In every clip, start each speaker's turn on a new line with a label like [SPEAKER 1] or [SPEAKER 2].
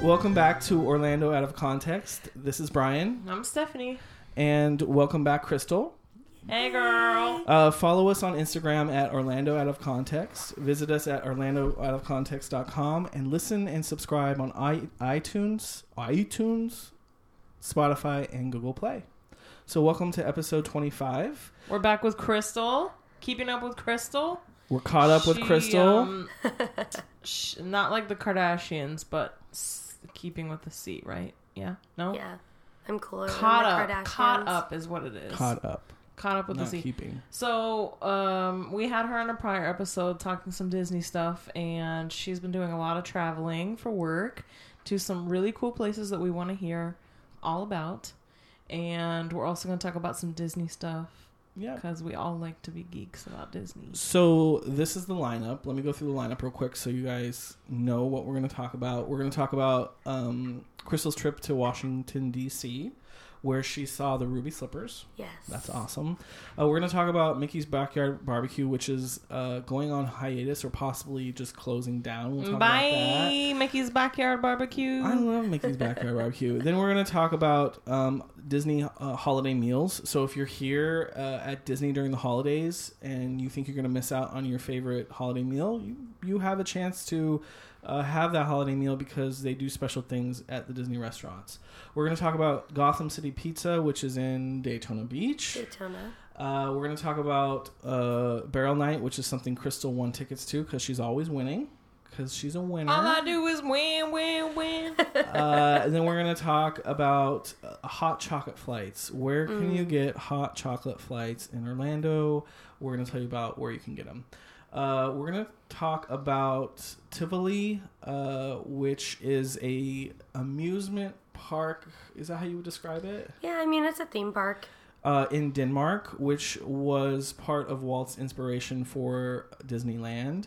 [SPEAKER 1] Welcome back to Orlando Out of Context. This is Brian,
[SPEAKER 2] I'm Stephanie.
[SPEAKER 1] and welcome back, Crystal.
[SPEAKER 2] Hey, girl.
[SPEAKER 1] Uh, follow us on Instagram at Orlando Out of Context. Visit us at orlandooutofcontext.com and listen and subscribe on i iTunes, iTunes, Spotify, and Google Play. So, welcome to episode 25.
[SPEAKER 2] We're back with Crystal. Keeping up with Crystal.
[SPEAKER 1] We're caught up with
[SPEAKER 2] She,
[SPEAKER 1] Crystal.
[SPEAKER 2] um, sh- not like the Kardashians, but s- keeping with the seat, right? Yeah. No.
[SPEAKER 3] Yeah, I'm cooler.
[SPEAKER 2] Caught
[SPEAKER 3] than the
[SPEAKER 2] up.
[SPEAKER 3] Kardashians.
[SPEAKER 2] Caught up is what it is.
[SPEAKER 1] caught up,
[SPEAKER 2] Caught up with
[SPEAKER 1] not
[SPEAKER 2] the seat.
[SPEAKER 1] keeping.
[SPEAKER 2] So, um, we had her on a prior episode talking some Disney stuff, and she's been doing a lot of traveling for work to some really cool places that we want to hear all about. And we're also going to talk about some Disney stuff
[SPEAKER 1] Yeah.
[SPEAKER 2] because we all like to be geeks about Disney.
[SPEAKER 1] So this is the lineup. Let me go through the lineup real quick so you guys know what we're going to talk about. We're going to talk about um, Crystal's trip to Washington D.C., where she saw the ruby slippers.
[SPEAKER 3] Yes.
[SPEAKER 1] That's awesome. Uh, we're going to talk about Mickey's Backyard Barbecue, which is uh, going on hiatus or possibly just closing down. We'll talk about that.
[SPEAKER 2] Bye, Mickey's Backyard Barbecue.
[SPEAKER 1] I love Mickey's Backyard Barbecue. Then we're going to talk about um, Disney uh, holiday meals. So if you're here uh, at Disney during the holidays and you think you're going to miss out on your favorite holiday meal, you, you have a chance to uh, have that holiday meal because they do special things at the Disney restaurants. We're going to talk about Gotham City Pizza, which is in Daytona Beach.
[SPEAKER 3] Daytona.
[SPEAKER 1] Uh, we're going to talk about uh, Barrel Night, which is something Crystal won tickets to because she's always winning. Because she's a winner.
[SPEAKER 2] all I do is win, win, win.
[SPEAKER 1] Uh, and then we're going to talk about uh, hot chocolate flights. Where can you get hot chocolate flights in Orlando? We're going to tell you about where you can get them. Uh, we're going to talk about Tivoli, uh, which is a amusement park. Is that how you would describe it?
[SPEAKER 3] Yeah, I mean it's a theme park.
[SPEAKER 1] Uh, in Denmark, which was part of Walt's inspiration for Disneyland.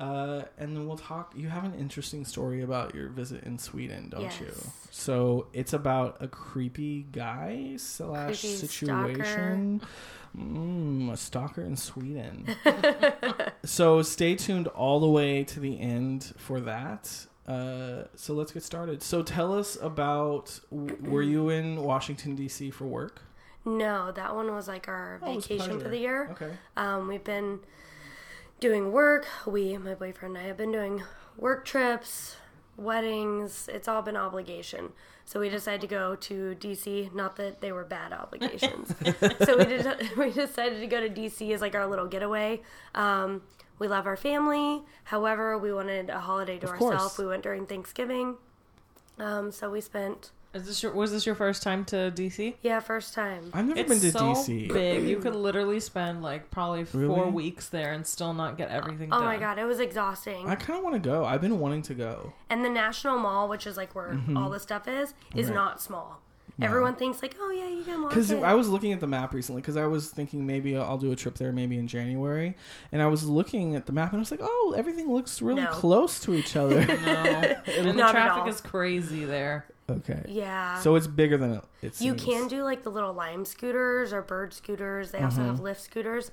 [SPEAKER 1] Uh, and then we'll talk. You have an interesting story about your visit in Sweden, don't you?
[SPEAKER 3] Yes.
[SPEAKER 1] So it's about a creepy guy slash
[SPEAKER 3] Creepy
[SPEAKER 1] situation. Mm, a stalker in Sweden. so stay tuned all the way to the end for that. Uh, so let's get started. So tell us about w- were you in Washington D.C. for work?
[SPEAKER 3] No, that one was like our
[SPEAKER 1] Oh, it was
[SPEAKER 3] vacation for
[SPEAKER 1] pleasure.
[SPEAKER 3] the year.
[SPEAKER 1] Okay.
[SPEAKER 3] Um, we've been doing work. We, my boyfriend and I, have been doing work trips, weddings. It's all been obligation. So we decided to go to DC. Not that they were bad obligations. so we did. We decided to go to DC as like our little getaway. Um, we love our family. However, we wanted a holiday to
[SPEAKER 1] Of course.
[SPEAKER 3] ourselves. We went during Thanksgiving. Um, so we spent
[SPEAKER 2] Is this your, was this your first time to DC?
[SPEAKER 3] yeah first time.
[SPEAKER 1] I've never been to DC.
[SPEAKER 2] big. You could literally spend like probably four
[SPEAKER 1] Really?
[SPEAKER 2] weeks there and still not get everything
[SPEAKER 3] Oh
[SPEAKER 2] done.
[SPEAKER 3] my god, it was exhausting.
[SPEAKER 1] I kind of want to go. I've been wanting to go.
[SPEAKER 3] And the National Mall, which is like where all the stuff is, is
[SPEAKER 1] Mm-hmm. Right.
[SPEAKER 3] not small. Everyone thinks like, oh yeah, you can walk.
[SPEAKER 1] Because
[SPEAKER 3] it.
[SPEAKER 1] I was looking at the map recently because I was thinking maybe I'll do a trip there maybe in January. And I was looking at the map and I was like, oh, everything looks really
[SPEAKER 3] No.
[SPEAKER 1] close to each other.
[SPEAKER 2] No. and the
[SPEAKER 3] Not at all.
[SPEAKER 2] traffic is crazy there.
[SPEAKER 1] okay.
[SPEAKER 3] yeah.
[SPEAKER 1] So it's bigger than it, it
[SPEAKER 3] you
[SPEAKER 1] seems.
[SPEAKER 3] can do like the little lime scooters or bird scooters. They also
[SPEAKER 1] Mm-hmm.
[SPEAKER 3] have lift scooters.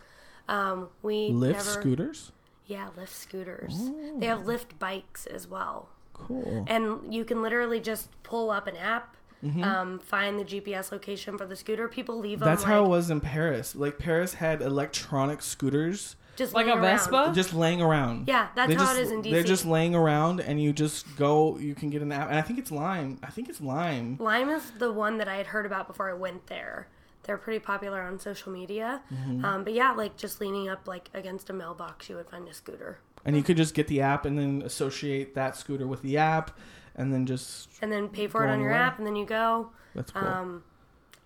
[SPEAKER 3] Um, we
[SPEAKER 1] Lift
[SPEAKER 3] never,
[SPEAKER 1] scooters?
[SPEAKER 3] Yeah, lift scooters. They have lift bikes as well,
[SPEAKER 1] Cool.
[SPEAKER 3] and you can literally just pull up an app, um, find the GPS location for the scooter. People leave them.
[SPEAKER 1] Mm-hmm. That's how it
[SPEAKER 3] like,
[SPEAKER 1] was in Paris. Like, Paris had electronic scooters
[SPEAKER 3] just
[SPEAKER 2] Like a
[SPEAKER 3] laying around.
[SPEAKER 2] Vespa?
[SPEAKER 1] just laying around.
[SPEAKER 3] Oh. Yeah, that's
[SPEAKER 1] They
[SPEAKER 3] how
[SPEAKER 1] just-
[SPEAKER 3] it is in
[SPEAKER 1] They're
[SPEAKER 3] DC.
[SPEAKER 1] just laying around and you just go, you can get an app. And I think it's Lime. I think it's Lime.
[SPEAKER 3] Lime is the one that I had heard about before I went there. They're pretty popular on social media.
[SPEAKER 1] Mm-hmm.
[SPEAKER 3] Um, but yeah, like just leaning up like against a mailbox, you would find a scooter.
[SPEAKER 1] And you could just get the app and then associate that scooter with the app and then just
[SPEAKER 3] And then pay for it
[SPEAKER 1] Going
[SPEAKER 3] on your
[SPEAKER 1] away.
[SPEAKER 3] app and then you go.
[SPEAKER 1] that's cool.
[SPEAKER 3] Um,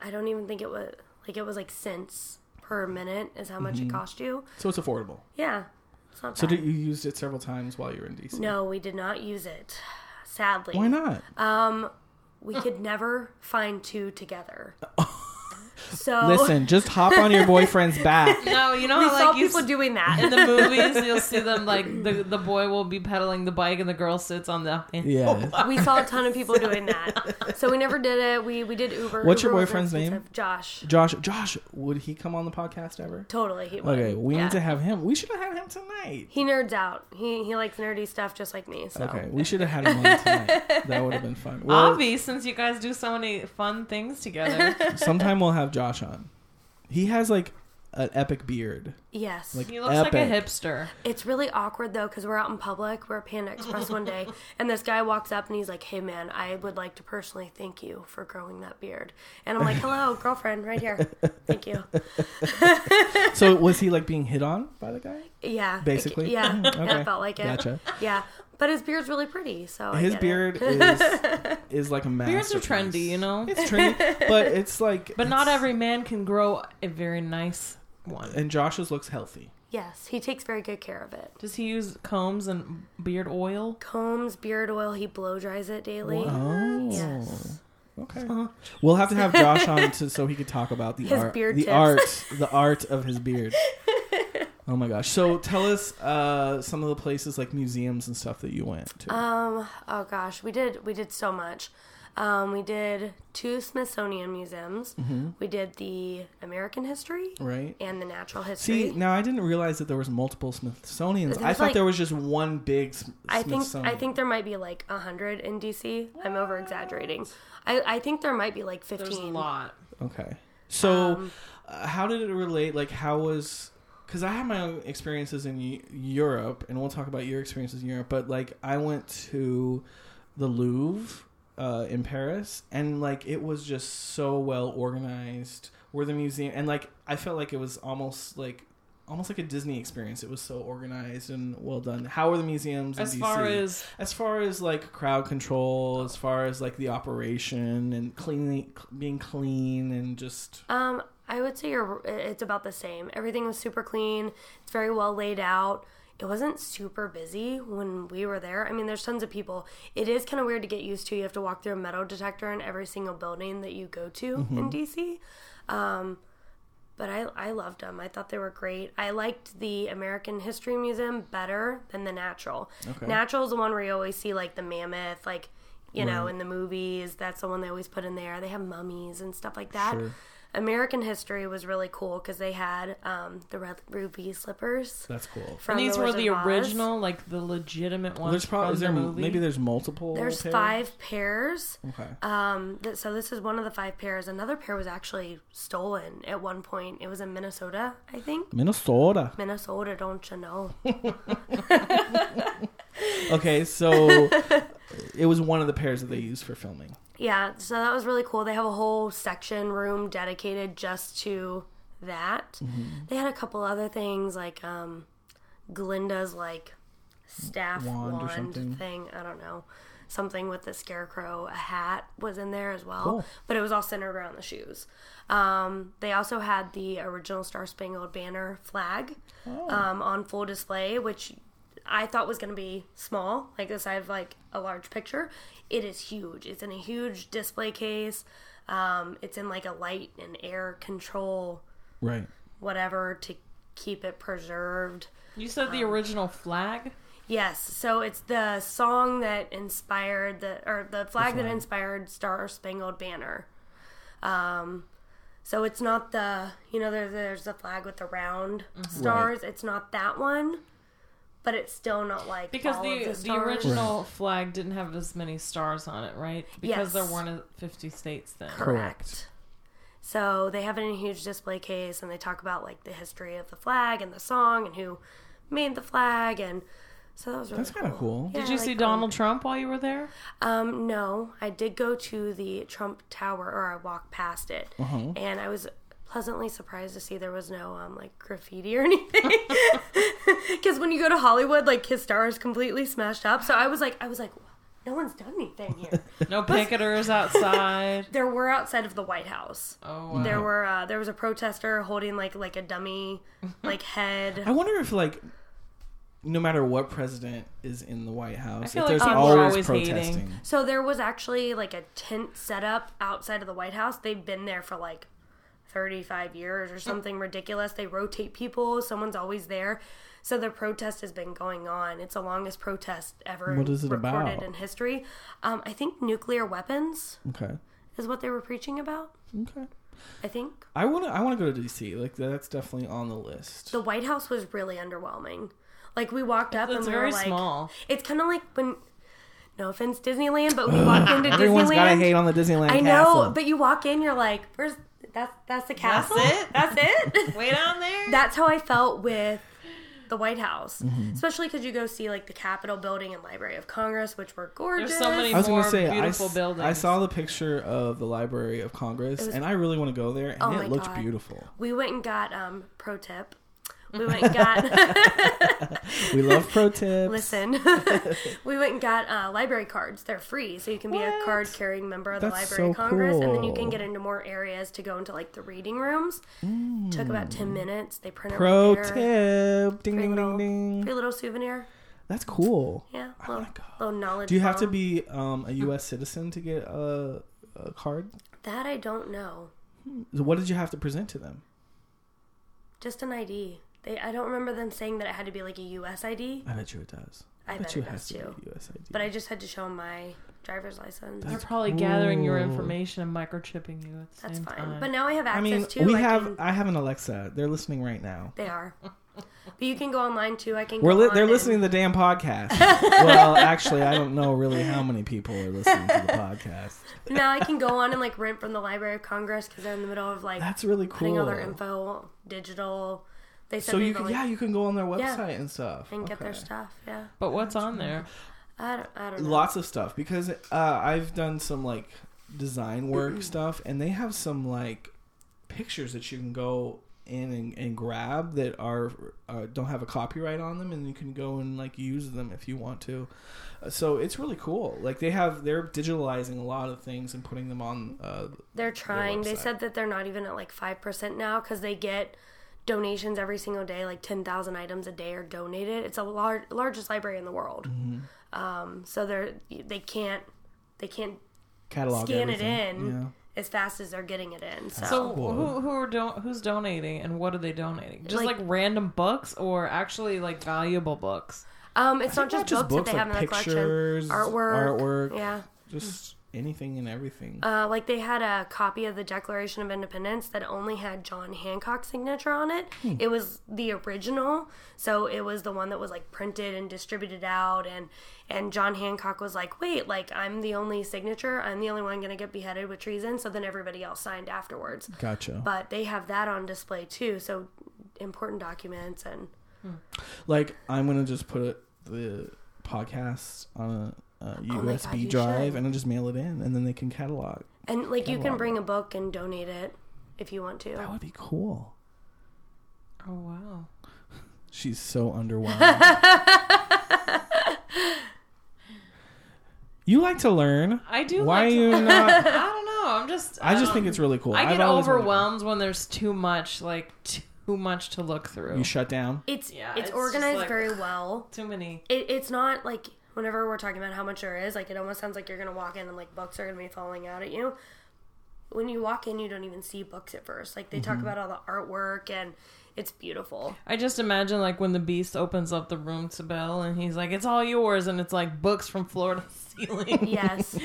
[SPEAKER 3] I don't even think it was like it was like cents per minute is how much it cost you.
[SPEAKER 1] so it's affordable.
[SPEAKER 3] Yeah. It's not
[SPEAKER 1] Mm-hmm. So
[SPEAKER 3] bad.
[SPEAKER 1] did you used it several times while you were in DC?
[SPEAKER 3] no, Oh. we did not use it. Sadly.
[SPEAKER 1] Why not?
[SPEAKER 3] We could never find two together. So
[SPEAKER 1] Listen, just hop on your boyfriend's back.
[SPEAKER 2] No, you know
[SPEAKER 3] we
[SPEAKER 2] how
[SPEAKER 3] saw
[SPEAKER 2] like you
[SPEAKER 3] people
[SPEAKER 2] s-
[SPEAKER 3] doing
[SPEAKER 2] in
[SPEAKER 3] that.
[SPEAKER 2] the movies you'll see them like the the boy will be pedaling the bike and the girl sits on the
[SPEAKER 1] Yeah.
[SPEAKER 3] we saw a ton of people doing that. So we never did it. We we did Uber.
[SPEAKER 1] What's your
[SPEAKER 3] Uber was
[SPEAKER 1] boyfriend's name?
[SPEAKER 3] expensive. Josh.
[SPEAKER 1] Josh, Josh, would he come on the podcast ever?
[SPEAKER 3] Totally, he would.
[SPEAKER 1] Okay, we
[SPEAKER 3] Yeah.
[SPEAKER 1] need to have him. We should have had him tonight.
[SPEAKER 3] He nerds out. He he likes nerdy stuff just like me. So
[SPEAKER 1] Okay, we should have had him on tonight. That would have been fun. Well,
[SPEAKER 2] Avi, since you guys do so many fun things together.
[SPEAKER 1] sometime we'll have Josh on. He has like an epic beard.
[SPEAKER 3] yes,
[SPEAKER 1] Like-
[SPEAKER 2] He looks like a
[SPEAKER 1] Epic.
[SPEAKER 2] hipster.
[SPEAKER 3] it's really awkward though because we're out in public. We're at Panda Express one day, and this guy walks up and he's like, "Hey man, I would like to personally thank you for growing that beard." And I'm like, "Hello, girlfriend, right here. Thank you."
[SPEAKER 1] So was he like being hit on by the guy?
[SPEAKER 3] Yeah, it-
[SPEAKER 1] Basically? Mm-hmm.
[SPEAKER 3] yeah,
[SPEAKER 1] Okay.
[SPEAKER 3] I felt like it.
[SPEAKER 1] Gotcha.
[SPEAKER 3] Yeah, but his beard's really pretty. So I
[SPEAKER 1] His
[SPEAKER 3] get it.
[SPEAKER 1] beard is is like a
[SPEAKER 2] Beards
[SPEAKER 1] masterpiece.
[SPEAKER 2] are trendy, you know?
[SPEAKER 1] It's trendy, but it's like
[SPEAKER 2] But not
[SPEAKER 1] it's-
[SPEAKER 2] every man can grow a very nice one.
[SPEAKER 1] And Josh's looks healthy.
[SPEAKER 3] Yes, he takes very good care of it.
[SPEAKER 2] Does he use combs and beard oil?
[SPEAKER 3] Combs, beard oil. He blow dries it daily.
[SPEAKER 1] Oh.
[SPEAKER 3] Yes.
[SPEAKER 1] Okay.
[SPEAKER 2] Uh-huh.
[SPEAKER 1] We'll have to have Josh on to, so he could talk about the
[SPEAKER 3] His
[SPEAKER 1] art,
[SPEAKER 3] beard
[SPEAKER 1] the
[SPEAKER 3] tips.
[SPEAKER 1] art, the art of his beard. Oh my gosh! So tell us uh, some of the places like museums and stuff that you went to.
[SPEAKER 3] Um. Oh gosh, we did we did so much. Um, we did two Smithsonian museums. We did the American history
[SPEAKER 1] Mm-hmm. right.
[SPEAKER 3] and the natural history.
[SPEAKER 1] See, now I didn't realize that there was multiple Smithsonian's. I
[SPEAKER 3] There's
[SPEAKER 1] thought
[SPEAKER 3] like-
[SPEAKER 1] there was just one big. Sm-
[SPEAKER 3] I think
[SPEAKER 1] Smithsonian.
[SPEAKER 3] I think there might be like a hundred in DC. I'm over exaggerating. I, I think there might be like
[SPEAKER 2] There's a
[SPEAKER 3] fifteen.
[SPEAKER 2] lot.
[SPEAKER 1] Okay. So,
[SPEAKER 3] um,
[SPEAKER 1] uh, how did it relate? Like, how was? Because I had my own experiences in Eu- Europe, and we'll talk about your experiences in Europe. But like, I went to the Louvre uh, in Paris, and like, it was just so well organized. Where the museum, and like, I felt like it was almost like. Almost like a Disney experience. It was so organized and well done. How were the museums? in
[SPEAKER 2] As far
[SPEAKER 1] DC?
[SPEAKER 2] as
[SPEAKER 1] as far as like crowd control as far as like the operation and cleaning being clean and just
[SPEAKER 3] Um, I would say you're. It's about the same. Everything was super clean. It's very well laid out. It wasn't super busy when we were there. I mean, there's tons of people. It is kind of weird to get used to. You have to walk through a metal detector in every single building that you go to
[SPEAKER 1] Mm-hmm.
[SPEAKER 3] in DC. Um, but I, I loved them. I thought they were great. I liked the American History Museum better than the Natural.
[SPEAKER 1] Okay.
[SPEAKER 3] Natural is the one where you always see like the mammoth, like you know, in the movies. That's the one they always put in there. They have mummies and stuff like that.
[SPEAKER 1] Sure.
[SPEAKER 3] American History was really cool because they had um, the red ruby slippers.
[SPEAKER 1] that's cool
[SPEAKER 3] From
[SPEAKER 2] and these were
[SPEAKER 3] Wizard
[SPEAKER 2] the
[SPEAKER 3] of Oz.
[SPEAKER 2] original, like the legitimate ones.
[SPEAKER 1] there's probably
[SPEAKER 2] from
[SPEAKER 1] is there
[SPEAKER 2] the movie.
[SPEAKER 1] maybe there's multiple
[SPEAKER 3] There's
[SPEAKER 1] pairs?
[SPEAKER 3] five pairs.
[SPEAKER 1] okay
[SPEAKER 3] Um, th- so this is one of the five pairs. Another pair was actually stolen at one point. It was in Minnesota, I think.
[SPEAKER 1] minnesota
[SPEAKER 3] Minnesota, don't you know?
[SPEAKER 1] okay so it was one of the pairs that they used for filming
[SPEAKER 3] Yeah, so that was really cool. They have a whole section room dedicated just to that.
[SPEAKER 2] Mm-hmm.
[SPEAKER 3] They had a couple other things like um, Glinda's like staff
[SPEAKER 1] Wand
[SPEAKER 3] wand,
[SPEAKER 1] or something.
[SPEAKER 3] thing. I don't know. Something with the scarecrow, a hat was in there as well,
[SPEAKER 1] Cool.
[SPEAKER 3] but it was all centered around the shoes. Um, they also had the original Star Spangled Banner flag um, on full display, which I thought was going to be small, like the size of like a large picture. It is huge. It's in a huge display case. Um, it's in like a light and air control
[SPEAKER 1] right
[SPEAKER 3] whatever to keep it preserved.
[SPEAKER 2] You said the original flag?
[SPEAKER 3] Yes, so it's the song that inspired the or the flag that inspired Star Spangled Banner. Um, so it's not the you know there, there's the flag with the round
[SPEAKER 2] Mm-hmm.
[SPEAKER 3] stars. It's not that one, but it's still not like
[SPEAKER 2] Because
[SPEAKER 3] all of
[SPEAKER 2] the the,
[SPEAKER 3] stars.
[SPEAKER 2] original flag didn't have as many stars on it, right? Because there
[SPEAKER 3] Yes.
[SPEAKER 2] weren't a- 50 states then.
[SPEAKER 1] Correct.
[SPEAKER 3] So they have it in a huge display case, and they talk about like the history of the flag and the song and who made the flag, and so that was really
[SPEAKER 1] that's kind of cool
[SPEAKER 3] Yeah,
[SPEAKER 2] Did you
[SPEAKER 3] I
[SPEAKER 2] see
[SPEAKER 3] like going-
[SPEAKER 2] Donald Trump while you were there?
[SPEAKER 3] Um, no, I did go to the Trump Tower, or I walked past it, and I was pleasantly surprised to see there was no um like graffiti or anything. Because when you go to Hollywood, like his star is completely smashed up. So I was like, I was like, no one's done anything here.
[SPEAKER 2] No picketers outside.
[SPEAKER 3] there were outside of the White House.
[SPEAKER 2] Oh, wow.
[SPEAKER 3] There were uh, there was a protester holding like like a dummy like head.
[SPEAKER 1] i wonder if like no matter what president is in the white house
[SPEAKER 2] feel
[SPEAKER 1] if
[SPEAKER 2] like
[SPEAKER 1] there's
[SPEAKER 2] people are
[SPEAKER 1] always,
[SPEAKER 2] always hating.
[SPEAKER 1] protesting
[SPEAKER 3] So there was actually like a tent set up outside of the White House. They've been there for like 35 years or something ridiculous. They rotate people, someone's always there. So the protest has been going on. It's the longest protest ever
[SPEAKER 1] What is it
[SPEAKER 3] recorded
[SPEAKER 1] about?
[SPEAKER 3] in history. Um, I think nuclear weapons
[SPEAKER 1] Okay.
[SPEAKER 3] is what they were preaching about.
[SPEAKER 1] Okay.
[SPEAKER 3] I think
[SPEAKER 1] I want to. I want to go to DC. Like that's definitely on the list.
[SPEAKER 3] the White House was really underwhelming. Like we walked up
[SPEAKER 2] It's
[SPEAKER 3] and we were
[SPEAKER 2] very
[SPEAKER 3] like,
[SPEAKER 2] small.
[SPEAKER 3] It's kind of like when, no offense, Disneyland, but we walked into
[SPEAKER 1] Everyone's
[SPEAKER 3] Disneyland.
[SPEAKER 1] got to hate on the Disneyland.
[SPEAKER 3] I
[SPEAKER 1] castle.
[SPEAKER 3] know, but you walk in, you're like, "Where's that's that's the castle?
[SPEAKER 2] it?
[SPEAKER 3] That's it."
[SPEAKER 2] Way down there.
[SPEAKER 3] that's how I felt with the White House,
[SPEAKER 1] Mm-hmm.
[SPEAKER 3] especially because you go see like the Capitol building and Library of Congress, which were gorgeous.
[SPEAKER 2] There's so many-
[SPEAKER 1] I was gonna
[SPEAKER 2] more
[SPEAKER 1] say I,
[SPEAKER 2] beautiful
[SPEAKER 1] s-
[SPEAKER 2] buildings.
[SPEAKER 1] I saw the picture of the Library of Congress, and I really want to go there. And
[SPEAKER 3] Oh my
[SPEAKER 1] it looked
[SPEAKER 3] God.
[SPEAKER 1] beautiful.
[SPEAKER 3] We went and got um pro tip. We went and got
[SPEAKER 1] We love pro tips.
[SPEAKER 3] listen. we went and got uh, library cards. They're free, so you can be a
[SPEAKER 1] What?
[SPEAKER 3] card carrying member of the
[SPEAKER 1] That's
[SPEAKER 3] Library of
[SPEAKER 1] so
[SPEAKER 3] Congress, and then you
[SPEAKER 1] cool.
[SPEAKER 3] can get into more areas to go into like the reading rooms. Took about ten minutes. They print
[SPEAKER 1] Mm. pro
[SPEAKER 3] out there.
[SPEAKER 1] tip. Ding
[SPEAKER 3] Free
[SPEAKER 1] ding ding
[SPEAKER 3] little,
[SPEAKER 1] ding.
[SPEAKER 3] free little souvenir.
[SPEAKER 1] That's cool.
[SPEAKER 3] Yeah,
[SPEAKER 1] I
[SPEAKER 3] little,
[SPEAKER 1] wanna go.
[SPEAKER 3] little knowledge.
[SPEAKER 1] Oh Do you have to
[SPEAKER 3] bomb.
[SPEAKER 1] be um, a U.S. citizen to get a, a card?
[SPEAKER 3] that? I don't know.
[SPEAKER 1] What did you have to present to them?
[SPEAKER 3] Just an ID. They, I don't remember them saying that it had to be like a U.S. ID,
[SPEAKER 1] I bet you it does.
[SPEAKER 3] I bet
[SPEAKER 1] you
[SPEAKER 3] it does
[SPEAKER 1] has to
[SPEAKER 3] too.
[SPEAKER 1] be a U.S. ID.
[SPEAKER 3] but I just had to show 'em my driver's license.
[SPEAKER 2] They're
[SPEAKER 1] That's
[SPEAKER 2] probably gathering your
[SPEAKER 1] cool.
[SPEAKER 2] information and microchipping you at the
[SPEAKER 3] That's
[SPEAKER 2] same
[SPEAKER 3] fine.
[SPEAKER 2] time.
[SPEAKER 3] But now I have access
[SPEAKER 1] I mean,
[SPEAKER 3] to.
[SPEAKER 1] we
[SPEAKER 3] I
[SPEAKER 1] have.
[SPEAKER 3] can-
[SPEAKER 1] I have an Alexa. They're listening right now.
[SPEAKER 3] they are. But you can go online too. I can.
[SPEAKER 1] We're
[SPEAKER 3] go
[SPEAKER 1] li-
[SPEAKER 3] on
[SPEAKER 1] they're
[SPEAKER 3] and-
[SPEAKER 1] listening to the damn podcast. well, actually, I don't know really how many people are listening to the podcast.
[SPEAKER 3] now I can go on and like rent from the Library of Congress because they're in the middle of like
[SPEAKER 1] That's really
[SPEAKER 3] putting
[SPEAKER 1] cool.
[SPEAKER 3] all their info digital. They send
[SPEAKER 1] so you
[SPEAKER 3] people,
[SPEAKER 1] can,
[SPEAKER 3] like,
[SPEAKER 1] yeah, you can go on their
[SPEAKER 3] Yeah.
[SPEAKER 1] website and stuff
[SPEAKER 3] and get their
[SPEAKER 1] Okay.
[SPEAKER 3] stuff. Yeah,
[SPEAKER 2] But what's on there?
[SPEAKER 3] I don't. I don't know.
[SPEAKER 1] Lots of stuff because uh, I've done some like design work stuff, and they have some like pictures that you can go in and, and grab that are uh, don't have a copyright on them, and you can go and like use them if you want to. Uh, So it's really cool. Like they have, they're digitalizing a lot of things and putting them on uh,
[SPEAKER 3] They're trying. They
[SPEAKER 1] website.
[SPEAKER 3] said that they're not even at like five percent now because they get donations every single day. Like ten thousand items a day are donated. It's a large largest library in the world.
[SPEAKER 1] Mm-hmm.
[SPEAKER 3] Um, so they're they can't they can't
[SPEAKER 1] catalog.
[SPEAKER 3] scan it
[SPEAKER 1] everything.
[SPEAKER 3] in
[SPEAKER 1] Yeah.
[SPEAKER 3] as fast as they're getting it in. So,
[SPEAKER 2] So
[SPEAKER 1] cool.
[SPEAKER 2] who who are don- who's donating and what are they donating? Just
[SPEAKER 3] Like-
[SPEAKER 2] like, random books or actually like valuable books?
[SPEAKER 3] um, it's not
[SPEAKER 1] think
[SPEAKER 3] just,
[SPEAKER 1] not just
[SPEAKER 3] books, that
[SPEAKER 1] books, like
[SPEAKER 3] they have in the
[SPEAKER 1] pictures,
[SPEAKER 3] collection, artwork,
[SPEAKER 1] artwork.
[SPEAKER 3] Yeah.
[SPEAKER 1] Just anything and everything.
[SPEAKER 3] Uh, like they had a copy of the Declaration of Independence that only had John Hancock's signature on it. It was the original, so it was the one that was like printed and distributed out. And and John Hancock was like, "Wait, like I'm the only signature. I'm the only one gonna get beheaded with treason." So then everybody else signed afterwards.
[SPEAKER 1] gotcha.
[SPEAKER 3] But they have that on display too. So important documents and
[SPEAKER 1] Like I'm gonna just put the podcast on a,
[SPEAKER 2] Oh
[SPEAKER 1] a
[SPEAKER 3] my
[SPEAKER 1] USB
[SPEAKER 3] God, you
[SPEAKER 1] drive
[SPEAKER 3] should.
[SPEAKER 1] and then just mail it in, and then they can catalog.
[SPEAKER 3] and like you can
[SPEAKER 1] Catalog.
[SPEAKER 3] bring a book and donate it if you want to.
[SPEAKER 1] That would be cool.
[SPEAKER 2] Oh wow.
[SPEAKER 1] She's so underwhelmed. you like to learn.
[SPEAKER 2] I do
[SPEAKER 1] Why
[SPEAKER 2] like
[SPEAKER 1] are
[SPEAKER 2] to-
[SPEAKER 1] you not?
[SPEAKER 2] I don't know. I'm just
[SPEAKER 1] I just
[SPEAKER 2] don't-
[SPEAKER 1] think it's really cool.
[SPEAKER 2] I
[SPEAKER 1] I've
[SPEAKER 2] get
[SPEAKER 1] always wanted to-
[SPEAKER 2] overwhelmed when there's too much like too much to look through.
[SPEAKER 1] You shut down.
[SPEAKER 3] It's
[SPEAKER 2] Yeah,
[SPEAKER 3] it's,
[SPEAKER 2] it's just
[SPEAKER 3] organized
[SPEAKER 2] like-
[SPEAKER 3] very well.
[SPEAKER 2] too many.
[SPEAKER 3] it, it's not like whenever we're talking about how much there is, like it almost sounds like you're gonna walk in and like books are gonna be falling out at you. When you walk in, you don't even see books at first. Like they talk
[SPEAKER 1] Mm-hmm.
[SPEAKER 3] about all the artwork and it's beautiful.
[SPEAKER 2] I just imagine like when the beast opens up the room to Belle and he's like, "It's all yours," and it's like books from floor to ceiling.
[SPEAKER 3] Yes,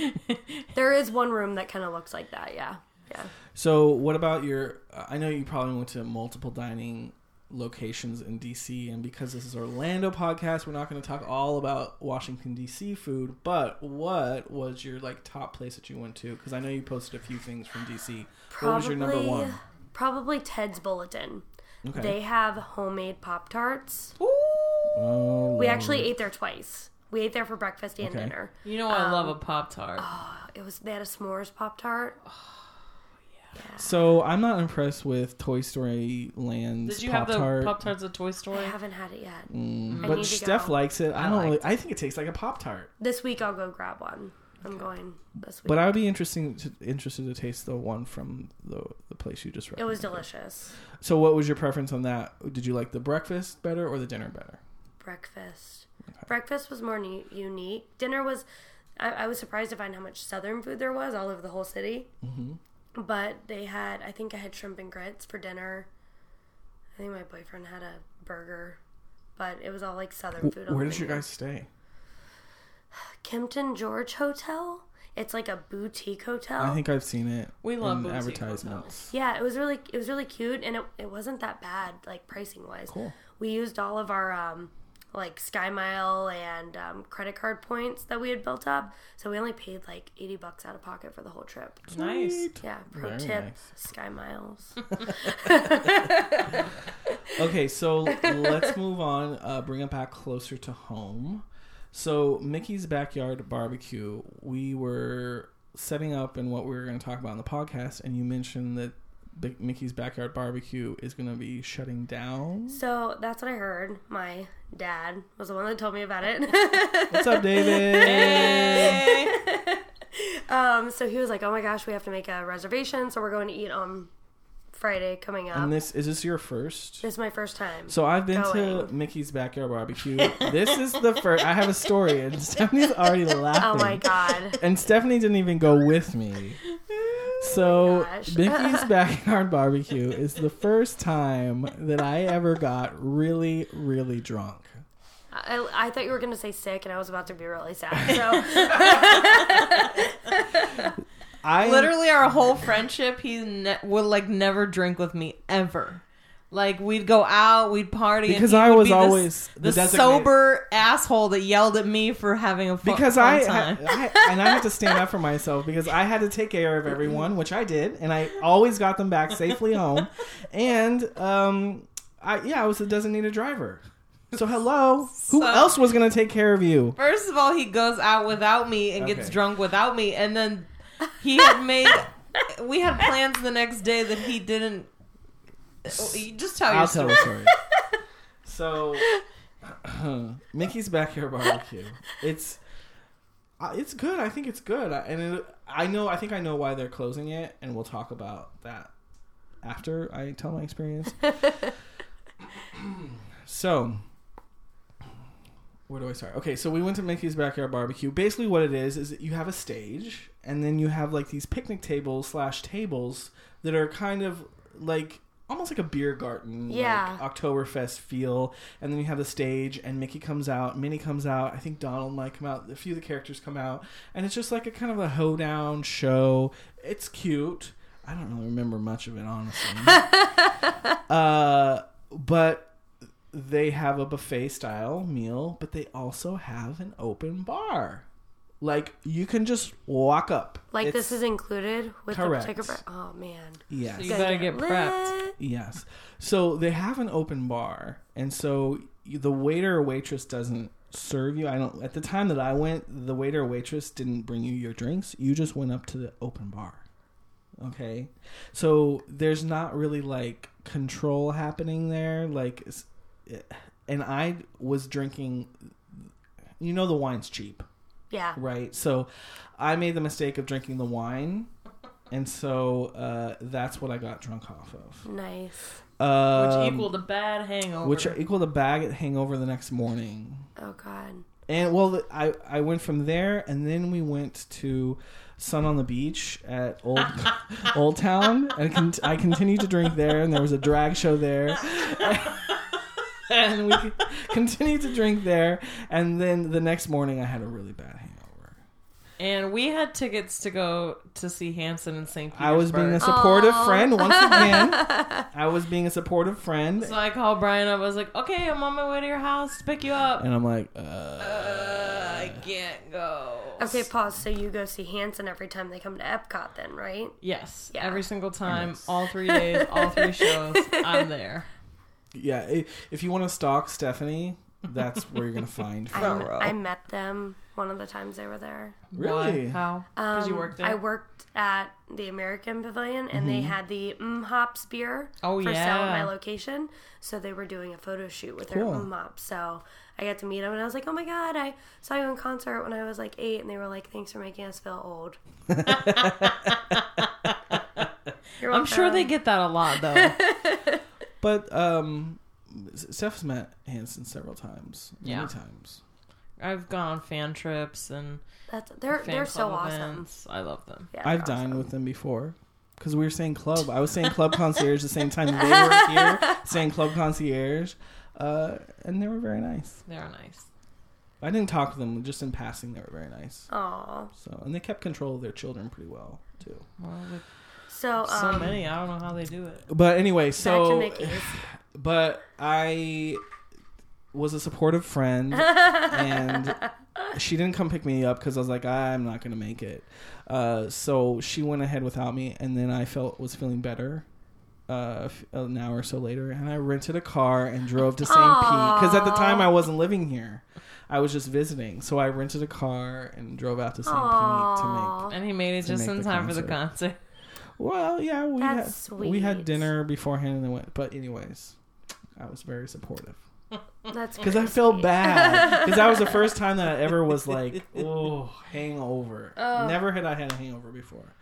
[SPEAKER 3] there is one room that kind of looks like that. Yeah, yeah.
[SPEAKER 1] So, what about your? I know you probably went to multiple dining locations in DC, and because this is Orlando podcast, we're not going to talk all about Washington DC food. But what was your like top place that you went to? Because I know you posted a few things from DC. What was your number one?
[SPEAKER 3] Probably Ted's Bulletin.
[SPEAKER 1] Okay.
[SPEAKER 3] They have homemade Pop Tarts.
[SPEAKER 1] oh,
[SPEAKER 3] We actually ate there twice. We ate there for breakfast and
[SPEAKER 1] Okay.
[SPEAKER 3] dinner. Oh,
[SPEAKER 2] You know, I love a pop tart.
[SPEAKER 3] It was they had a s'mores Pop Tart.
[SPEAKER 1] so I'm not impressed with Toy Story Land's
[SPEAKER 2] Did you
[SPEAKER 1] Pop
[SPEAKER 2] have the pop
[SPEAKER 1] Tart,
[SPEAKER 2] tarts at Toy
[SPEAKER 3] I
[SPEAKER 2] Story?
[SPEAKER 1] Oh.
[SPEAKER 3] haven't had it yet. I
[SPEAKER 1] but
[SPEAKER 3] need to
[SPEAKER 1] Steph
[SPEAKER 3] go.
[SPEAKER 1] likes it. Mm-hmm. I, don't.
[SPEAKER 2] liked
[SPEAKER 1] Really, I think it tastes like a Pop Tart.
[SPEAKER 3] This week I'll go grab one. I'm going this week.
[SPEAKER 1] But I would be interesting to, interested to taste the one from the the place you just.
[SPEAKER 3] it was
[SPEAKER 1] recommended.
[SPEAKER 3] delicious.
[SPEAKER 1] So, what was your preference on that? Did you like the breakfast better or the dinner better?
[SPEAKER 3] Breakfast. Breakfast was more nu-
[SPEAKER 1] Mm-hmm.
[SPEAKER 3] unique. Dinner was. I, I was surprised to find how much southern food there was all over the whole city. But they had, I think I had shrimp and grits for dinner. I think my boyfriend had a burger, but it was all like southern food. on
[SPEAKER 1] Where
[SPEAKER 3] the
[SPEAKER 1] did you
[SPEAKER 3] menu.
[SPEAKER 1] guys stay?
[SPEAKER 3] Kempton George Hotel? It's like a boutique hotel.
[SPEAKER 1] I think I've seen it.
[SPEAKER 2] We love
[SPEAKER 1] in
[SPEAKER 2] boutique
[SPEAKER 1] advertisements.
[SPEAKER 3] Yeah, it was really it was really cute, and it, it wasn't that bad like pricing wise.
[SPEAKER 1] Cool.
[SPEAKER 3] We used all of our um, like Sky Mile and um, credit card points that we had built up, so we only paid like eighty bucks out of pocket for the whole trip.
[SPEAKER 2] Nice.
[SPEAKER 1] Sweet.
[SPEAKER 3] Yeah, pro
[SPEAKER 1] Very
[SPEAKER 3] tip:
[SPEAKER 1] nice.
[SPEAKER 3] Sky Miles.
[SPEAKER 1] Okay, so let's move on. Uh, bring it back closer to home. So Mickey's backyard barbecue. We were setting up and what we were going to talk about in the podcast, and you mentioned that Bi- Mickey's backyard barbecue is going to be shutting down.
[SPEAKER 3] so that's what I heard. My dad was the one that told me about it.
[SPEAKER 1] What's up, David?
[SPEAKER 2] Hey.
[SPEAKER 3] um, so he was like, "Oh my gosh, we have to make a reservation, so we're going to eat on Friday coming up."
[SPEAKER 1] And this is this your first?
[SPEAKER 3] this is my first time.
[SPEAKER 1] So I've been to
[SPEAKER 3] Going.
[SPEAKER 1] Mickey's backyard barbecue. this is the first. I have a story, and Stephanie's already laughing.
[SPEAKER 3] oh my god.
[SPEAKER 1] And Stephanie didn't even go with me. So
[SPEAKER 3] Oh gosh.
[SPEAKER 1] Mickey's backyard barbecue is the first time that I ever got really, really drunk.
[SPEAKER 3] I, I thought you were going to say sick, and I was about to be really sad. So,
[SPEAKER 1] I
[SPEAKER 2] Literally, our whole friendship, he ne- would like never drink with me ever. Like we'd go out, we'd party,
[SPEAKER 1] Because
[SPEAKER 2] and he
[SPEAKER 1] I
[SPEAKER 2] would
[SPEAKER 1] was
[SPEAKER 2] be the-
[SPEAKER 1] always the
[SPEAKER 2] the,
[SPEAKER 1] designated-
[SPEAKER 2] sober asshole that yelled at me for having a fu-
[SPEAKER 1] because
[SPEAKER 2] fun
[SPEAKER 1] I,
[SPEAKER 2] time.
[SPEAKER 1] I, I and I have to stand up for myself because I had to take care of everyone, which I did, and I always got them back safely home. And um, I yeah, I was the designated driver. So hello, who
[SPEAKER 2] So-
[SPEAKER 1] else was going to take care of you?
[SPEAKER 2] First of all, he goes out without me and gets
[SPEAKER 1] Okay.
[SPEAKER 2] drunk without me, and then he had made. we had plans the next day that he didn't. oh, You just tell your
[SPEAKER 1] I'll tell
[SPEAKER 2] story.
[SPEAKER 1] the story. so, Mickey's backyard barbecue. It's uh, it's good. I think it's good, I, and it, I know. I think I know why they're closing it, and we'll talk about that after I tell my experience. so. Where do I start? Okay, so we went to Mickey's Backyard Barbecue. Basically, what it is is that you have a stage, and then you have like these picnic tables slash tables that are kind of like almost like a beer garden,
[SPEAKER 3] Yeah.
[SPEAKER 1] like Oktoberfest feel. And then you have the stage, and Mickey comes out, Minnie comes out. I think Donald might come out. A few of the characters come out, and it's just like a kind of a hoedown show. It's cute. I don't really remember much of it, honestly. uh, but they have a buffet style meal, but they also have an open bar. Like you can just walk up.
[SPEAKER 3] like,
[SPEAKER 1] It's-
[SPEAKER 3] this is included with
[SPEAKER 1] Correct.
[SPEAKER 3] the ticket. Bra- oh, man.
[SPEAKER 1] yes.
[SPEAKER 2] You better get prepped.
[SPEAKER 3] lit.
[SPEAKER 1] Yes. So they have an open bar, and so you- the waiter or waitress doesn't serve you. I don't. At the time that I went, the waiter or waitress didn't bring you your drinks. You just went up to the open bar. Okay. So there's not really like control happening there. Like, it's- and I was drinking. You know the wine's cheap
[SPEAKER 3] Yeah.
[SPEAKER 1] right? So I made the mistake of drinking the wine, and so uh, that's what I got drunk off of,
[SPEAKER 3] Nice.
[SPEAKER 2] Which
[SPEAKER 1] um,
[SPEAKER 2] equaled a bad hangover.
[SPEAKER 1] which equaled a bag at hangover the next morning.
[SPEAKER 3] Oh, God.
[SPEAKER 1] And well, I I went from there, and then we went to Sun on the Beach at Old Old Town, and con- I continued to drink there, and there was a drag show there. and we continued to drink there, and then the next morning I had a really bad hangover.
[SPEAKER 2] and we had tickets to go to see Hanson in St. Petersburg.
[SPEAKER 1] I was being a supportive friend once again. I was being a supportive friend,
[SPEAKER 2] So I called Brian up. I was like, okay, I'm on my way to your house to pick you up.
[SPEAKER 1] and I'm like, uh,
[SPEAKER 2] Uh, I can't go.
[SPEAKER 3] Okay, pause. So you go see Hanson every time they come to Epcot, then, right?
[SPEAKER 2] Yes,
[SPEAKER 3] Yeah.
[SPEAKER 2] every single time, all three days, all three shows, I'm there.
[SPEAKER 1] yeah. i- If you want to stalk Stephanie, that's where you're gonna find.
[SPEAKER 3] I,
[SPEAKER 1] her.
[SPEAKER 2] Thorough.
[SPEAKER 3] I met them one of the times they were there.
[SPEAKER 1] Really?
[SPEAKER 2] Why? How? Because you
[SPEAKER 3] Um,
[SPEAKER 2] worked there?
[SPEAKER 3] I worked at the American Pavilion, and they had the mm hops beer
[SPEAKER 2] Mm-hmm. Oh,
[SPEAKER 3] for sale
[SPEAKER 2] yeah.
[SPEAKER 3] at my location. So they were doing a photo shoot with
[SPEAKER 1] Cool.
[SPEAKER 3] their mm hops. So I got to meet them, and I was like, "Oh my god, I saw you in concert when I was like eight, and they were like, "Thanks for making us feel old." You're
[SPEAKER 2] I'm sure they
[SPEAKER 3] welcome.
[SPEAKER 2] get that a lot, though.
[SPEAKER 1] But um, S- Steph's met Hanson several times, many
[SPEAKER 2] Yeah.
[SPEAKER 1] times.
[SPEAKER 2] I've gone on fan trips and
[SPEAKER 3] That's, they're
[SPEAKER 2] fan
[SPEAKER 3] they're so
[SPEAKER 2] club
[SPEAKER 3] awesome.
[SPEAKER 2] events. I love them.
[SPEAKER 3] Yeah,
[SPEAKER 1] I've
[SPEAKER 3] they're
[SPEAKER 1] dined
[SPEAKER 3] awesome.
[SPEAKER 1] with them before. Because we were saying club. I was saying club concierge the same time they were here saying club concierge. Uh, and they were very nice.
[SPEAKER 2] They are nice.
[SPEAKER 1] I didn't talk to them, just in passing, they were very nice.
[SPEAKER 3] Aw.
[SPEAKER 1] So, and they kept control of their children pretty well, too.
[SPEAKER 2] Well, with
[SPEAKER 3] So,
[SPEAKER 2] so
[SPEAKER 3] um,
[SPEAKER 2] many, I don't know how they do it.
[SPEAKER 1] But anyway,
[SPEAKER 3] back to
[SPEAKER 1] so
[SPEAKER 3] Mickey's.
[SPEAKER 1] but I was a supportive friend, and she didn't come pick me up because I was like, I'm not gonna make it. Uh, so she went ahead without me, and then I felt was feeling better. Uh, f- an hour or so later, and I rented a car and drove to St. Pete because at the time I wasn't living here; I was just visiting. So I rented a car and drove out to St. Pete to make
[SPEAKER 3] Aw.
[SPEAKER 2] And he made it
[SPEAKER 1] To
[SPEAKER 2] just
[SPEAKER 1] make
[SPEAKER 2] in
[SPEAKER 1] the
[SPEAKER 2] time for the
[SPEAKER 1] concert.
[SPEAKER 2] concert.
[SPEAKER 1] Well, yeah, we had
[SPEAKER 3] That's
[SPEAKER 1] we had
[SPEAKER 3] sweet.
[SPEAKER 1] dinner beforehand and then went. But anyways, I was very supportive
[SPEAKER 3] That's
[SPEAKER 1] because I
[SPEAKER 3] pretty
[SPEAKER 1] felt
[SPEAKER 3] sweet.
[SPEAKER 1] bad because that was the first time that I ever was like, oh, hangover.
[SPEAKER 3] Oh.
[SPEAKER 1] Never had I had a hangover before.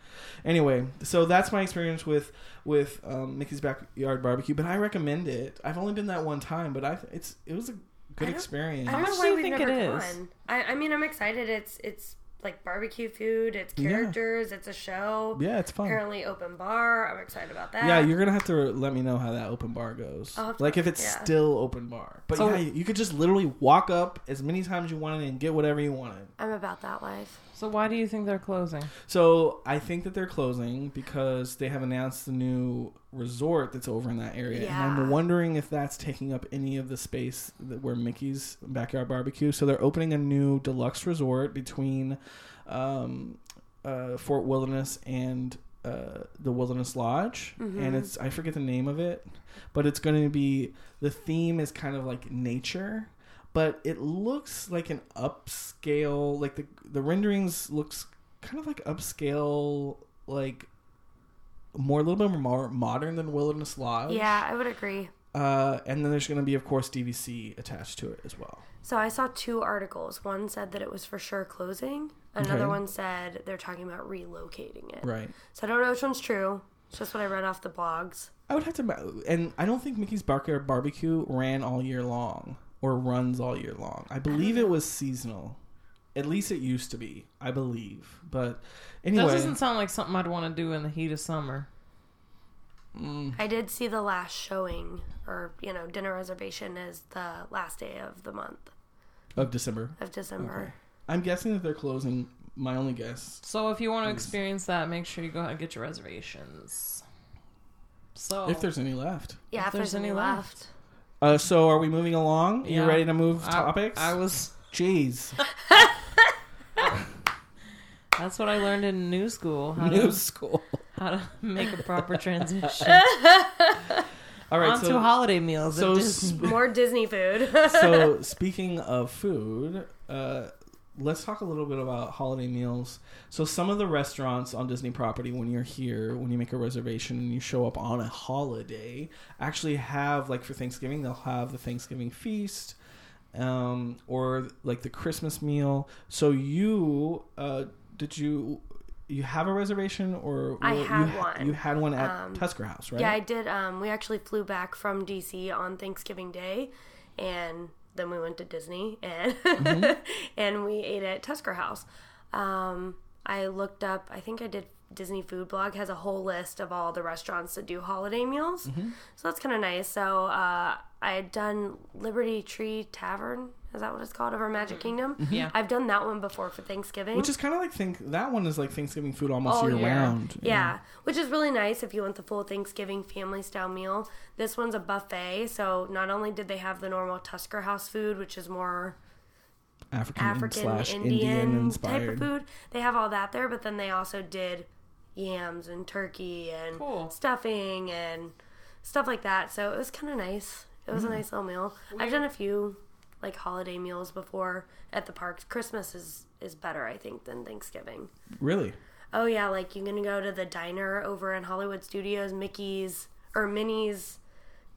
[SPEAKER 1] Anyway, so that's my experience with with um, Mickey's Backyard Barbecue. But I recommend it. I've only been that one time, but I it's it was a good
[SPEAKER 3] don't-
[SPEAKER 1] experience.
[SPEAKER 3] I don't know
[SPEAKER 2] much
[SPEAKER 3] why
[SPEAKER 2] do you
[SPEAKER 3] we've
[SPEAKER 2] think
[SPEAKER 3] never
[SPEAKER 2] it
[SPEAKER 3] gone.
[SPEAKER 2] is?
[SPEAKER 3] I, I mean, I'm excited. It's it's like barbecue food. It's
[SPEAKER 1] Yeah.
[SPEAKER 3] characters. It's a show.
[SPEAKER 1] yeah, it's fun.
[SPEAKER 3] Apparently, open bar. I'm excited about that.
[SPEAKER 1] Yeah, you're gonna have to let me know how that open bar goes.
[SPEAKER 3] I'll have to-
[SPEAKER 1] Like if it's
[SPEAKER 3] yeah.
[SPEAKER 1] still open bar, but
[SPEAKER 2] So-
[SPEAKER 1] yeah, you could just literally walk up as many times you wanted and get whatever you wanted.
[SPEAKER 3] I'm about that life.
[SPEAKER 2] So why do you think they're closing?
[SPEAKER 1] So I think that they're closing because they have announced the new resort that's over in that area, and I'm
[SPEAKER 3] Yeah.
[SPEAKER 1] wondering if that's taking up any of the space that, where Mickey's Backyard Barbecue. So they're opening a new deluxe resort between um, uh, Fort Wilderness and uh, the Wilderness Lodge, and it's I forget the name of it, but it's going to be the theme is kind of like nature, but it looks like an upscale like the the renderings looks kind of like upscale like more a little bit more modern than Wilderness Lodge.
[SPEAKER 3] Yeah, I would agree.
[SPEAKER 1] Uh, and then there's going to be of course DVC attached to it as well.
[SPEAKER 3] So I saw two articles. One said that it was for sure closing. Another
[SPEAKER 1] Okay.
[SPEAKER 3] one said they're talking about relocating it.
[SPEAKER 1] Right.
[SPEAKER 3] So I don't know which one's true. It's just what I read off the blogs.
[SPEAKER 1] I would have to, ma- and I don't think Mickey's Backyard Barbecue ran all year long or runs all year long. I
[SPEAKER 2] Ah.
[SPEAKER 1] believe it was seasonal. At least it used to be, I believe. But
[SPEAKER 2] That
[SPEAKER 1] anyway,
[SPEAKER 2] doesn't sound like something I'd want to do in the heat of summer.
[SPEAKER 3] I did see the last showing or, you know, dinner reservation is the last day of the month
[SPEAKER 1] of December,
[SPEAKER 3] of December.
[SPEAKER 1] I'm guessing that they're closing. My only guess.
[SPEAKER 2] So if you want to experience that, make sure you go ahead and get your reservations. So
[SPEAKER 1] If there's any left.
[SPEAKER 3] Yeah, if, there's, any left.
[SPEAKER 1] Uh, so are we moving along? You
[SPEAKER 2] Yeah.
[SPEAKER 1] ready to move
[SPEAKER 2] I-
[SPEAKER 1] topics?
[SPEAKER 2] I was.
[SPEAKER 1] Jeez.
[SPEAKER 2] That's what I learned in new school. How
[SPEAKER 1] New
[SPEAKER 2] to,
[SPEAKER 1] school.
[SPEAKER 2] how to make a proper transition
[SPEAKER 1] All right.
[SPEAKER 2] onto
[SPEAKER 1] So,
[SPEAKER 2] holiday meals.
[SPEAKER 1] so,
[SPEAKER 2] at Disney.
[SPEAKER 1] sp-
[SPEAKER 3] More Disney food.
[SPEAKER 1] so speaking of food, uh, let's talk a little bit about holiday meals. So some of the restaurants on Disney property, when you're here, when you make a reservation and you show up on a holiday, actually have like for Thanksgiving, they'll have the Thanksgiving feast. Um, or like the Christmas meal. So you, uh, did you, you have a reservation or
[SPEAKER 3] I
[SPEAKER 1] you
[SPEAKER 3] had
[SPEAKER 1] ha-
[SPEAKER 3] one. Um,
[SPEAKER 1] You had one at Tusker House, right?
[SPEAKER 3] Yeah, I did. Um, we actually flew back from DC on Thanksgiving Day, and then we went to Disney and and we ate at Tusker House. Um, I looked up. I think I did. Disney Food Blog has a whole list of all the restaurants that do holiday meals, so that's kind of nice. So uh, I had done Liberty Tree Tavern. Is that what it's called over Magic Kingdom?
[SPEAKER 2] Yeah.
[SPEAKER 3] I've done that one before for Thanksgiving.
[SPEAKER 1] Which is kind of like think that one is like Thanksgiving food almost
[SPEAKER 3] All
[SPEAKER 1] year,
[SPEAKER 3] year.
[SPEAKER 1] round.
[SPEAKER 3] Oh, Yeah. which is really nice if you want the full Thanksgiving family style meal. This one's a buffet, so not only did they have the normal Tusker House food, which is more
[SPEAKER 1] African
[SPEAKER 3] African
[SPEAKER 1] Mm, slash
[SPEAKER 3] Indian,
[SPEAKER 1] Indian
[SPEAKER 3] type
[SPEAKER 1] inspired.
[SPEAKER 3] of food, they have all that there, but then they also did yams and turkey and
[SPEAKER 2] Cool.
[SPEAKER 3] stuffing and stuff like that. So it was kind of nice. It
[SPEAKER 1] Mm.
[SPEAKER 3] was a nice little meal. I've done a few like holiday meals before at the parks. Christmas is is better, I think, than Thanksgiving.
[SPEAKER 1] Really?
[SPEAKER 3] Oh yeah, like you can go to the diner over in Hollywood Studios, Mickey's or Minnie's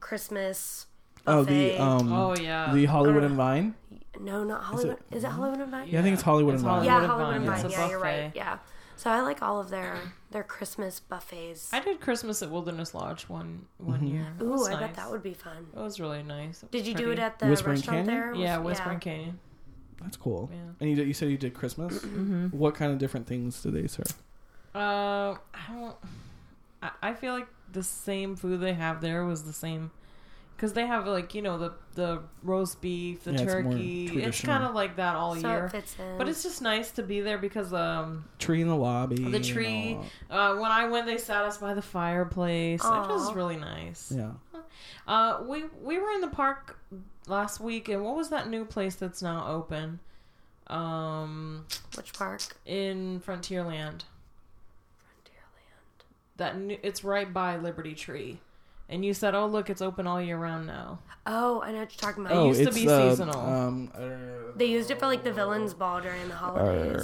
[SPEAKER 3] Christmas
[SPEAKER 1] Oh,
[SPEAKER 3] buffet.
[SPEAKER 1] the um,
[SPEAKER 2] Oh, yeah.
[SPEAKER 1] the Hollywood and Vine.
[SPEAKER 3] no, not Hollywood. Is it Hollywood and Vine?
[SPEAKER 1] Yeah, I think it's Hollywood
[SPEAKER 2] It's
[SPEAKER 1] and Vine.
[SPEAKER 2] Hollywood.
[SPEAKER 3] yeah,
[SPEAKER 2] and
[SPEAKER 3] Hollywood and
[SPEAKER 2] Vine,
[SPEAKER 3] Vine.
[SPEAKER 2] it's a
[SPEAKER 3] Yeah, you're right.
[SPEAKER 2] buffet.
[SPEAKER 3] Yeah. So I like all of their their Christmas buffets.
[SPEAKER 2] I did Christmas at Wilderness Lodge one one
[SPEAKER 1] Mm-hmm.
[SPEAKER 2] year. It
[SPEAKER 3] Ooh,
[SPEAKER 2] was
[SPEAKER 3] I
[SPEAKER 2] nice.
[SPEAKER 3] bet that would be fun.
[SPEAKER 2] It was really nice.
[SPEAKER 3] Did you do it at the
[SPEAKER 1] Whispering
[SPEAKER 3] restaurant
[SPEAKER 1] Canyon?
[SPEAKER 3] there?
[SPEAKER 2] Yeah, Whispering Canyon.
[SPEAKER 1] That's cool.
[SPEAKER 2] Yeah. Mm-hmm.
[SPEAKER 1] And you, did, you said you did
[SPEAKER 3] Mm-hmm.
[SPEAKER 1] Christmas. What kind of different things do they serve?
[SPEAKER 2] Uh, I don't. I, I feel like the same food they have there was the same because they have like you know the the roast beef, the
[SPEAKER 1] Yeah, it's more
[SPEAKER 2] turkey. It's
[SPEAKER 1] traditional.
[SPEAKER 2] kind of like that all
[SPEAKER 3] so
[SPEAKER 2] year.
[SPEAKER 3] it fits in.
[SPEAKER 2] But it's just nice to be there because um
[SPEAKER 1] Tree in the lobby.
[SPEAKER 2] the
[SPEAKER 1] and
[SPEAKER 2] tree.
[SPEAKER 1] all.
[SPEAKER 2] Uh, when I went, they sat us by the fireplace. It was
[SPEAKER 3] Aw.
[SPEAKER 2] really nice.
[SPEAKER 1] Yeah.
[SPEAKER 2] Uh, we we were in the park last week, and what was that new place that's now open? Um,
[SPEAKER 3] which park?
[SPEAKER 2] in Frontierland,
[SPEAKER 3] Frontierland.
[SPEAKER 2] that new, it's right by Liberty Tree, and you said, "Oh look, it's open all year round now."
[SPEAKER 3] Oh, I know what you're talking about.
[SPEAKER 2] Oh, used to be
[SPEAKER 1] the,
[SPEAKER 2] seasonal.
[SPEAKER 1] Um, uh,
[SPEAKER 3] They used it for like the villains' ball during the holidays.